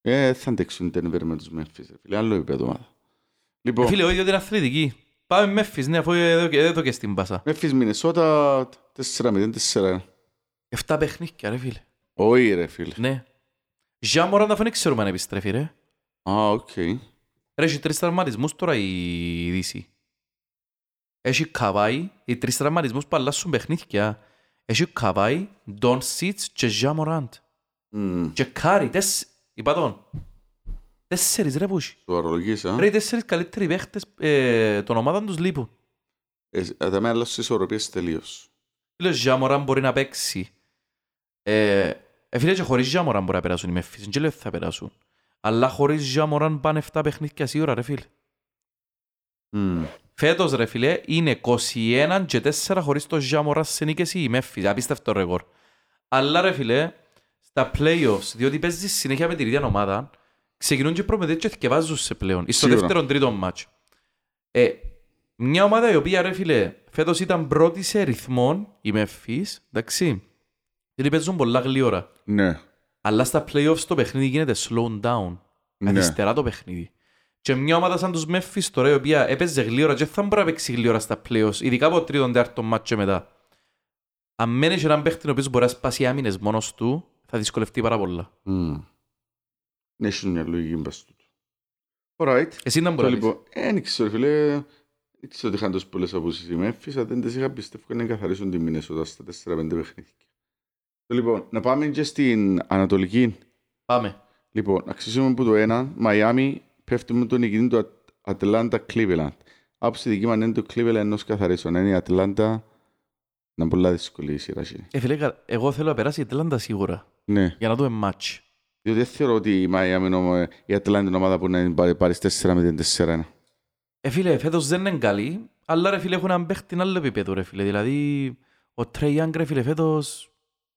[SPEAKER 2] Ε, θα αντέξουν οι Denver με τους Memphis, ρε φίλε. Άλλο επίπεδο ομάδα.
[SPEAKER 1] Ε,
[SPEAKER 2] Λοιπόν,
[SPEAKER 1] Φίλε, ο ίδιος είναι αθλητική. Πάμε με Memphis, ναι, αφού εδώ και- εδώ και στην πάσα.
[SPEAKER 2] Memphis, Minnesota, 4-0-4-1.
[SPEAKER 1] Εφτά παιχνίκια, ρε φίλε.
[SPEAKER 2] ε. Όχι, ρε φίλε.
[SPEAKER 1] Ναι. Jean Morant, αφού δεν ξέρουμε αν επιστρέφει, ρε.
[SPEAKER 2] Α, οκ.
[SPEAKER 1] Ρε, έχει τρεις τραυματισμούς τώρα η Δύση. Έχει Καβάη, οι τρεις τραυματισμούς που αλλάσουν παιχνίδια. Έχει Καβάη, Don Sitz και Ja Morant.
[SPEAKER 2] Μμμ,
[SPEAKER 1] Και Κάρι, τεσ... είπα τον. Τέσσερις ρε πούσι.
[SPEAKER 2] Το αρολογήσα.
[SPEAKER 1] Ρε, οι τέσσερις καλύτεροι παίχτες ε, των ομάδων τους λείπουν.
[SPEAKER 2] Ε, Θα με αλλάσω τις ισορροπίες τελείως.
[SPEAKER 1] Φίλε, Ja Morant μπορεί να παίξει. Ε, ε, φίλε, και χωρίς Ja Morant μπορεί να περάσουν οι Memphis. Δεν λέω ότι θα περάσουν. Αλλά χωρίς Ja Morant πάνε 7 παιχνίδια σίγουρα, ρε φίλε.
[SPEAKER 2] Μμμ.
[SPEAKER 1] Φέτος ρε φίλε είναι 21 και 4 χωρίς το Ζιάμορα σε νίκες ή Μέφης. Απίστευτο ρεκόρ. Αλλά ρε φίλε, στα playoffs, διότι παίζεις συνέχεια με την ίδια ομάδα, ξεκινούν και προμετές και βάζουν σε πλέον. Στο
[SPEAKER 2] Σίγουρα.
[SPEAKER 1] δεύτερο τρίτο μάτς. Ε, μια ομάδα η οποία ρε φίλε, φέτος ήταν πρώτη σε ρυθμόν, η Μέφης, εντάξει. Δηλαδή παίζουν πολλά γλύωρα.
[SPEAKER 2] Ναι.
[SPEAKER 1] Αλλά στα playoffs το παιχνίδι γίνεται slow down. Καθυστερά το παιχνίδι. Και μια ομάδα σαν τους Memphis τώρα η οποία έπαιζε γλύωρα και δεν μπορεί να παίξει γλύωρα στα playoffs, ειδικά από τρίτον τέταρτο μάτς και μετά. Αν μένει και έναν παίχτη ο οποίος μπορεί να σπάσει άμυνες μόνος του, θα δυσκολευτεί πάρα πολλά.
[SPEAKER 2] Μμμ. Ναι, έχει μια λογική μπας τούτο. Alright.
[SPEAKER 1] Εσύ να
[SPEAKER 2] Το
[SPEAKER 1] μπορείς. Λοιπόν.
[SPEAKER 2] λοιπόν, ε, δεν ξέρω, φίλε. Δεν ξέρω ότι είχαν τόσο πολλές απόψεις οι Memphis, αλλά δεν τις είχα πιστεύω να καθαρίσουν τη Μινεσότα στα 4-5 παιχνίδια. Το λοιπόν, να πάμε και στην Ανατολική.
[SPEAKER 1] Πάμε.
[SPEAKER 2] Λοιπόν, αξίζουμε από το ένα, Μαϊάμι, πέφτουμε τον νικητή του Ατλάντα Cleveland. Άποψη δική μου αν είναι το Cleveland ενός καθαρίσεων, είναι η Ατλάντα να πολλά δύσκολη η σειρά. σειρά.
[SPEAKER 1] Ε, φίλε, κα- εγώ θέλω να περάσει η Ατλάντα σίγουρα,
[SPEAKER 2] Ναι,
[SPEAKER 1] για να δούμε μάτς.
[SPEAKER 2] διότι δεν θεωρώ ότι η Μαϊάμι, είναι ομα- η Ατλάντα είναι ομάδα που να πάρει- πάρεις 4-0-4-1.
[SPEAKER 1] Ε, φίλε, φέτος δεν είναι καλή, αλλά ρε φίλε έχουν έναν παίχτη άλλο επίπεδο ρε φίλε. Δηλαδή, ο Τρέι Young ρε φίλε φέτος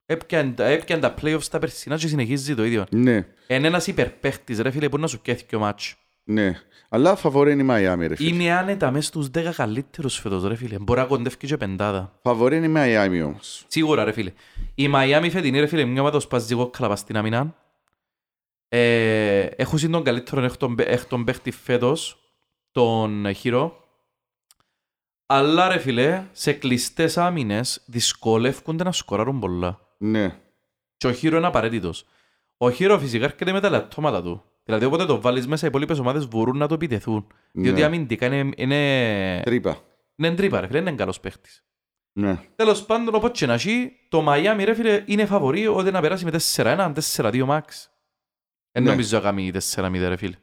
[SPEAKER 1] έπιαν, τα- έπιαν τα playoffs τα περσινά και συνεχίζει το ίδιο.
[SPEAKER 2] Ναι,
[SPEAKER 1] Είναι ένας υπερπαίχτης ρε φίλε που να σου πιέθει και ο μάτς.
[SPEAKER 2] ναι. Αλλά φαβορεί είναι η Μαϊάμι, ρε Ε, φίλε.
[SPEAKER 1] Είναι άνετα μέσα στους 10 καλύτερους φέτος ρε φίλε. Μπορεί να κοντεύει και πεντάδα.
[SPEAKER 2] Φαβορεί είναι η Μαϊάμι όμως.
[SPEAKER 1] Σίγουρα ρε φίλε. Η Μαϊάμι φετινή ρε φίλε μια ομάδα σπάζει εγώ καλά στην αμυνά. Ε, έχω σύν τον καλύτερο εκ των, εκ των παίχτη φέτος, τον Χίρο. Αλλά ρε φίλε, σε κλειστές άμυνες δυσκολεύονται να σκοράρουν πολλά.
[SPEAKER 2] Ναι.
[SPEAKER 1] Και ο Χίρο είναι απαραίτητος. Ο Χίρο φυσικά έρχεται με τα λεπτώματα του. Δηλαδή, όποτε το βάλεις μέσα, οι υπόλοιπες ομάδες μπορούν να το επιτεθούν. Διότι
[SPEAKER 2] Ναι.
[SPEAKER 1] αμυντικά είναι, είναι,
[SPEAKER 2] Τρύπα.
[SPEAKER 1] είναι τρύπα, ρε φίλε, είναι καλός παίχτης.
[SPEAKER 2] Ναι.
[SPEAKER 1] Τέλος πάντων, όπως και να έχει, το Μαϊάμι ρε φίλε είναι φαβορή ότι να περάσει με 4-1, 4-2 max. Δεν
[SPEAKER 2] Ναι.
[SPEAKER 1] νομίζω να κάνει 4-0, ρε φίλε.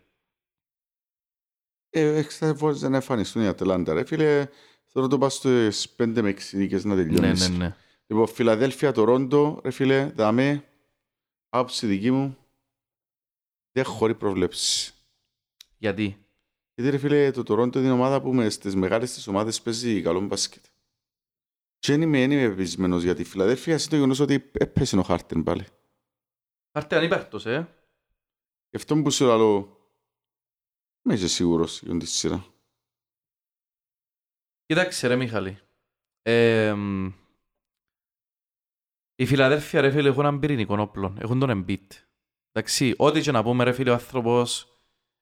[SPEAKER 2] Ε, εξτρεβώς να εμφανιστούν οι Ατλάντα, ρε φίλε. Θέλω να το πας στις 5 με 6 νίκες να
[SPEAKER 1] Ναι,
[SPEAKER 2] τελειώνεις.
[SPEAKER 1] ναι, ναι.
[SPEAKER 2] Λοιπόν, Φιλαδέλφια, Τορόντο, ρε φίλε, δαμέ, άποψη δική μου, δεν χωρεί προβλέψη.
[SPEAKER 1] Γιατί.
[SPEAKER 2] Γιατί ρε φίλε, το Τορόντο είναι η ομάδα που με στις μεγάλες της ομάδες παίζει καλό μπάσκετ. Και δεν είμαι, δεν είμαι πεπισμένος για τη Φιλαδέλφια, είναι το γεγονός ότι έπεσε ο Χάρτεν πάλι.
[SPEAKER 1] Πάρτε ανύπαρκτος, ε.
[SPEAKER 2] Γι' αυτό που σου λέω, είμαι και σίγουρος για τη σειρά.
[SPEAKER 1] Κοίταξε ρε Μιχαλή. Ε, μ, η Φιλαδέλφια ρε φίλε έχουν έναν πυρηνικό όπλο. Έχουν τον Embiid. Εντάξει, ό,τι και να πούμε ρε φίλε ο άνθρωπος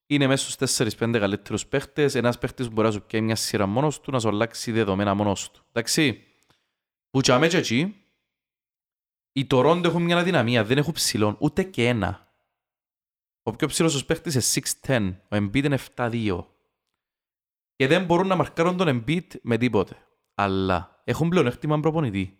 [SPEAKER 1] είναι μέσα στους 4-5 καλύτερους παίχτες. Ένας παίχτης που μπορεί να σου πιάει μια σειρά μόνος του, να σου αλλάξει δεδομένα μόνος του. Εντάξει, που και αμέσως εκεί, οι Τορόντο έχουν μια αδυναμία. Δεν έχουν ψηλόν, ούτε και ένα. Ο πιο ψηλός τους παίχτης είναι 6'10. Ο Embiid είναι 7'2 και δεν μπορούν να μαρκάρουν τον Embiid με τίποτε. Αλλά έχουν πλεονέκτημα προπονητή.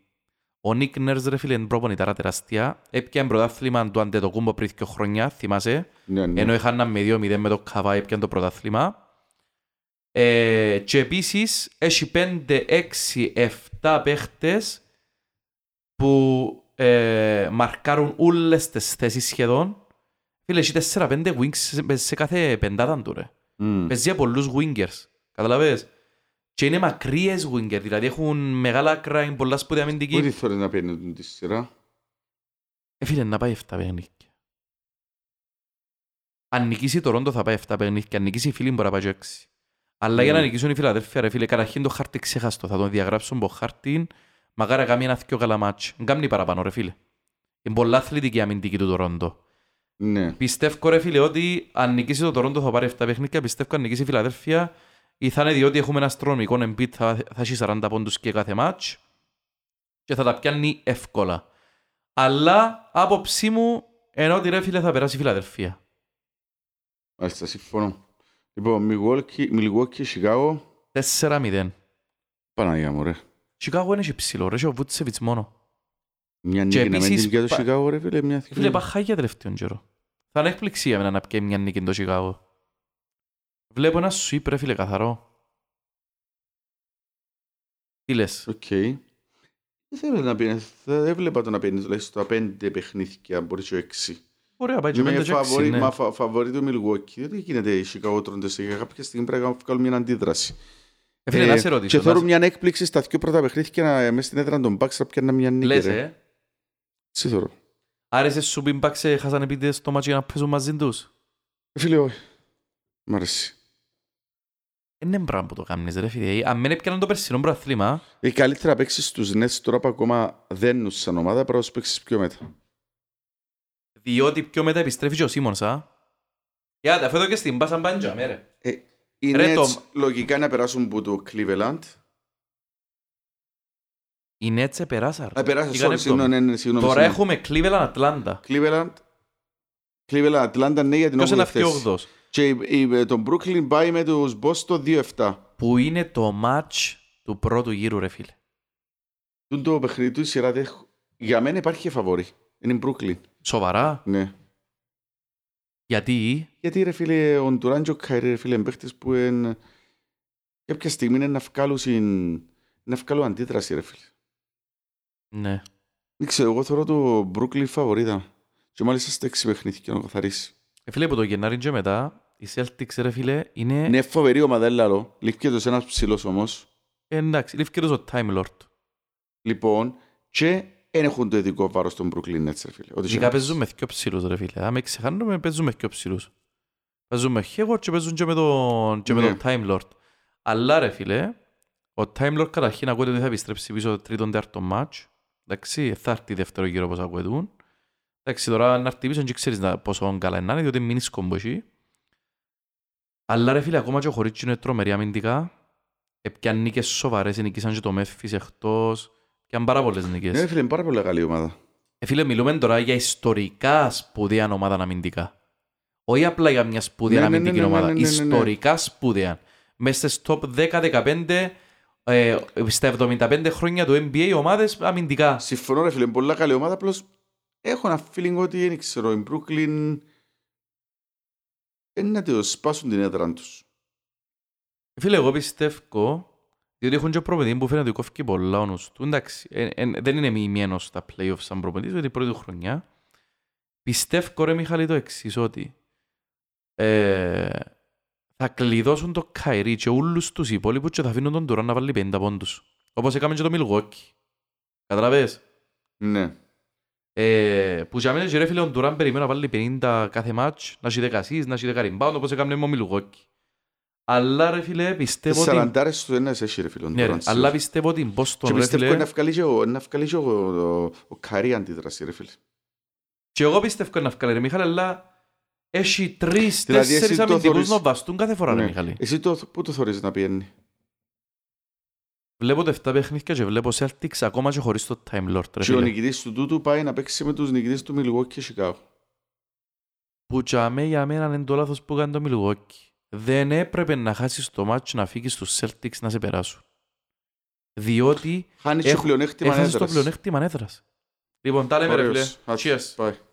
[SPEAKER 1] Ο Νίκ Νέρς ρε φίλε είναι προπονητάρα τεράστια. Έπιαν πρωτάθλημα του Αντετοκούμπο πριν δύο χρόνια, θυμάσαι.
[SPEAKER 2] Ναι, ναι.
[SPEAKER 1] Ενώ είχαν με 2-0 με το Καβάη, έπιαν το πρωτάθλημα. Ε, και επίσης έχει 5, 6, 7 παίχτες που ε, μαρκάρουν όλες τις θέσεις σχεδόν. Φίλε, έχει 4-5 wings σε, σε κάθε πεντάδα του, ρε
[SPEAKER 2] Μμ.
[SPEAKER 1] παίζει για πολλούς wingers. Καταλαβες. Και είναι μακρύες winger, δηλαδή έχουν μεγάλα άκρα, είναι πολλά σπουδαία
[SPEAKER 2] Πού τη
[SPEAKER 1] αμυντική.
[SPEAKER 2] θέλεις να παίρνει τη σειρά.
[SPEAKER 1] Έφυγε Ε, να πάει 7 παιχνίδια. Αν νικήσει το Ρόντο θα πάει 7 παιχνίδια, αν νικήσει η Φίλη μπορεί να πάει και 6. Αλλά για να
[SPEAKER 2] Ναι.
[SPEAKER 1] νικήσουν οι Φιλαδέλφια, ρε φίλε, καταρχήν το χάρτη ξεχάστο. Θα τον διαγράψουν από χάρτη, μακάρα κάνει ένα δυο καλά μάτς. Δεν κάνει παραπάνω, ρε φίλε. Είναι πολλά αθλητική η αμυντική του Τορόντο.
[SPEAKER 2] Ναι.
[SPEAKER 1] Πιστεύω ρε φίλε ότι αν νικήσει το Τορόντο θα πάρει 7 παιχνίδια. Πιστεύω αν νικήσει η Φιλαδέλφια ή θα είναι διότι έχουμε ένα αστρονομικό Embiid θα, θα έχει 40 πόντους και κάθε μάτς και θα τα πιάνει εύκολα. Αλλά άποψή μου ενώ ότι ρε φίλε θα περάσει η Φιλαδέλφια.
[SPEAKER 2] Μάλιστα, συμφωνώ. Λοιπόν, Milwaukee- Milwaukee, Chicago,
[SPEAKER 1] 4-0.
[SPEAKER 2] Παναγία μου, ρε.
[SPEAKER 1] Σικάγο είναι και ψηλό ρε, και ο Βούτσεβιτς μόνο.
[SPEAKER 2] Μια νίκη να μην
[SPEAKER 1] επίσης
[SPEAKER 2] την πιάτο
[SPEAKER 1] πα-
[SPEAKER 2] Σικάγο, ρε φίλε, μια
[SPEAKER 1] Φίλε πάχα για τελευταίον καιρό. Θα είναι έκπληξη για μένα να πιάνει μια νίκη το Σικάγο. Βλέπω ένα sweep ρε φίλε καθαρό. Τι λες.
[SPEAKER 2] Οκ. Δεν θέλω να παίρνει, δεν έβλεπα το να παίρνει τουλάχιστον τα πέντε παιχνίδια, μπορείς και έξι.
[SPEAKER 1] Ωραία, πάει και
[SPEAKER 2] Με
[SPEAKER 1] πέντε και έξι,
[SPEAKER 2] φαβορί,
[SPEAKER 1] ναι.
[SPEAKER 2] μα φα, φαβορί του Milwaukee, δεν γίνεται η Chicago τρώνες, για κάποια στιγμή πρέπει να βγάλουν μια αντίδραση.
[SPEAKER 1] Ε, Φίλε, να σε ρωτήσω.
[SPEAKER 2] και
[SPEAKER 1] να
[SPEAKER 2] θέλω
[SPEAKER 1] σε-
[SPEAKER 2] μια έκπληξη στα δύο πρώτα παιχνίδια να- ε, μέσα στην έδρα των Bucks να πιάνε μια νίκη.
[SPEAKER 1] Λες,
[SPEAKER 2] ρε.
[SPEAKER 1] ε.
[SPEAKER 2] Τι θεωρώ.
[SPEAKER 1] Άρεσε σου πριν πάξε, χάσανε πίτε στο μάτσο για να παίζουν μαζί τους.
[SPEAKER 2] Ε, Φίλε, όχι. Μ' αρέσει.
[SPEAKER 1] Ε, Είναι πράγμα που το κάνεις ρε φίλε. Ε, Αν μην έπιαναν το περσινό προαθλήμα,
[SPEAKER 2] Η καλύτερα παίξει στους Nets τώρα που ακόμα δένουν σαν ομάδα, πρέπει να τους παίξεις πιο μετά.
[SPEAKER 1] διότι πιο μετά επιστρέφει και ο Σίμονς, α. Για τα φέτο και στην πάσα μπάντζα, με, ρε.
[SPEAKER 2] Ε, οι
[SPEAKER 1] Ρε,
[SPEAKER 2] Nets
[SPEAKER 1] το-
[SPEAKER 2] λογικά να περάσουν από το Cleveland.
[SPEAKER 1] Οι Nets επεράσαν. ρε.
[SPEAKER 2] Να περάσουν
[SPEAKER 1] Πήγαν
[SPEAKER 2] Ε, sorry, συγγνώμη,
[SPEAKER 1] έβδομη.
[SPEAKER 2] ναι, ναι, συγγνώμη.
[SPEAKER 1] Τώρα
[SPEAKER 2] συγγνώμη.
[SPEAKER 1] έχουμε Cleveland Atlanta.
[SPEAKER 2] Cleveland. Cleveland, Atlanta, ναι, για την
[SPEAKER 1] Ποιος είναι
[SPEAKER 2] όποια
[SPEAKER 1] αυτή
[SPEAKER 2] θέση.
[SPEAKER 1] όγδος.
[SPEAKER 2] Και η- η- το Brooklyn πάει με τους Boston 2-7.
[SPEAKER 1] Που είναι το match του πρώτου γύρου, ρε φίλε.
[SPEAKER 2] Τούν το παιχνίδι του η σειρά δεν έχω- Για μένα υπάρχει και φαβόρη. Είναι η Brooklyn.
[SPEAKER 1] Σοβαρά.
[SPEAKER 2] Ναι.
[SPEAKER 1] Γιατί
[SPEAKER 2] Γιατί ρε φίλε, ο Ντουράν και ο Καϊρή, ρε φίλε, είναι παίχτες που εν... κάποια στιγμή είναι να βγάλουν συν- να βγάλουν αντίδραση ρε φίλε.
[SPEAKER 1] Ναι.
[SPEAKER 2] Δεν ξέρω, εγώ θεωρώ το Brooklyn φαβορίδα. Και μάλιστα στα έξι παιχνίδια να καθαρίσει.
[SPEAKER 1] Ε, Φίλε, από το Γενάρη και μετά, οι Celtics, ρε φίλε, είναι...
[SPEAKER 2] Είναι φοβερή ομάδα, δεν λαλώ. Λείπει και ένας ψηλός όμως.
[SPEAKER 1] Εντάξει, είναι ευκαιρός ο Time Lord.
[SPEAKER 2] Λοιπόν, και δεν έχουν το ειδικό βάρος των Brooklyn Nets, ρε φίλε. Ό,τι και
[SPEAKER 1] Γενικά
[SPEAKER 2] να
[SPEAKER 1] παίζουν με δυο ψηλούς ρε φίλε. Αν με ξεχάνουμε παίζουν με δυο ψηλούς. Παίζουν με Hayward και παίζουν και με τον, και με
[SPEAKER 2] Ναι.
[SPEAKER 1] τον Time Lord. Αλλά ρε φίλε, ο Time Lord καταρχήν ακούγεται ότι θα επιστρέψει πίσω το τρίτον τέταρτο μάτς. Εντάξει, θα έρθει δεύτερο γύρο όπως ακούγεται. Εντάξει, τώρα να έρθει πίσω και ξέρεις να- πόσο καλά είναι, να είναι, διότι μην είναι σκόμπο εκεί. Αλλά ρε φίλε, ακόμα και ο Χωρίτσι είναι τρομερή αμυντικά. Επιαν νίκες σοβαρές, νίκησαν και το Memphis εκτός. Επιαν πάρα πολλές νίκες.
[SPEAKER 2] Ναι, ρε φίλε, είναι πάρα πολύ καλή ομάδα.
[SPEAKER 1] Ε, Φίλε, μιλούμε τώρα για ιστορικά σπουδαία ομάδα αμυντικά. Όχι απλά για μια σπουδαία
[SPEAKER 2] Ναι, ναι,
[SPEAKER 1] αμυντική
[SPEAKER 2] ναι, ναι,
[SPEAKER 1] ομάδα.
[SPEAKER 2] ναι, ναι, ναι, ναι.
[SPEAKER 1] Ιστορικά σπουδαία. Μέσα στι top 10-15, ε, στα 75 χρόνια του NBA, ομάδες αμυντικά.
[SPEAKER 2] Συμφωνώ, ρε φίλε, είναι πολλά καλή ομάδα. Απλώς έχω ένα feeling ότι δεν ξέρω, η Brooklyn. Είναι να το σπάσουν την έδρα τους.
[SPEAKER 1] Φίλε, εγώ πιστεύω, διότι έχουν και προπονητή που φαίνεται ότι κόφηκε πολλά ο νους του. Εντάξει, ε, ε, δεν είναι μοιημένος στα play-offs σαν προπονητής, γιατί η πρώτη του χρονιά. Πιστεύω, ρε Μιχάλη, το εξής, ότι ε, θα κλειδώσουν το Καϊρί και όλους τους υπόλοιπους και θα αφήνουν τον Τουράν να βάλει 50 πόντους. Όπως έκαμε και το Milwaukee. Καταλαβες.
[SPEAKER 2] Ναι.
[SPEAKER 1] Ε, που για μένα και ρε φίλε ο Ντουράν περιμένει να βάλει 50 κάθε μάτς, να έχει 10 assist, να έχει 10 rebound, όπως έκαμε με ο Μιλουγόκη. Αλλά ρε φίλε πιστεύω ότι...
[SPEAKER 2] Σαραντάρε του ένας έχει, ρε φίλε. ο
[SPEAKER 1] Ναι, ρε,
[SPEAKER 2] Durant,
[SPEAKER 1] αλλά
[SPEAKER 2] σίγουρα.
[SPEAKER 1] πιστεύω ότι η Boston
[SPEAKER 2] Και
[SPEAKER 1] ρε
[SPEAKER 2] πιστεύω
[SPEAKER 1] φίλε...
[SPEAKER 2] να βγάλει και ο- να βγάλει και ο, ο, ο Καρή αντίδραση, ρε φίλε.
[SPEAKER 1] Και εγώ πιστεύω να βγάλει ρε Μιχάλη, αλλά έχει τρεις,
[SPEAKER 2] Δηλαδή, εσύ
[SPEAKER 1] τέσσερις
[SPEAKER 2] το
[SPEAKER 1] αμυντικούς
[SPEAKER 2] θεωρείς-
[SPEAKER 1] να βαστούν κάθε φορά ρε
[SPEAKER 2] Ναι.
[SPEAKER 1] Μιχάλη.
[SPEAKER 2] Εσύ το, πού το θεωρείς να πιένει.
[SPEAKER 1] Βλέπω τα 7 παιχνίδια και βλέπω Celtics ακόμα και χωρίς το Time Lord ρε
[SPEAKER 2] Και ο
[SPEAKER 1] φίλε.
[SPEAKER 2] νικητής του τούτου πάει να παίξει με τους νικητές του Milwaukee και Chicago.
[SPEAKER 1] Που για μέ- για μένα είναι το λάθος που κάνει το Milwaukee. Δεν έπρεπε να χάσεις το μάτσο να φύγεις στους Celtics να σε περάσουν. Διότι
[SPEAKER 2] Χάνεις και
[SPEAKER 1] Έχω-
[SPEAKER 2] πλεονέκτημα
[SPEAKER 1] Έχασες το
[SPEAKER 2] έδρας.
[SPEAKER 1] πλεονέκτημα έδρας. Λοιπόν, τα λέμε ρε φίλε.
[SPEAKER 2] Ωραίος. Ας,
[SPEAKER 1] Cheers.
[SPEAKER 2] Bye.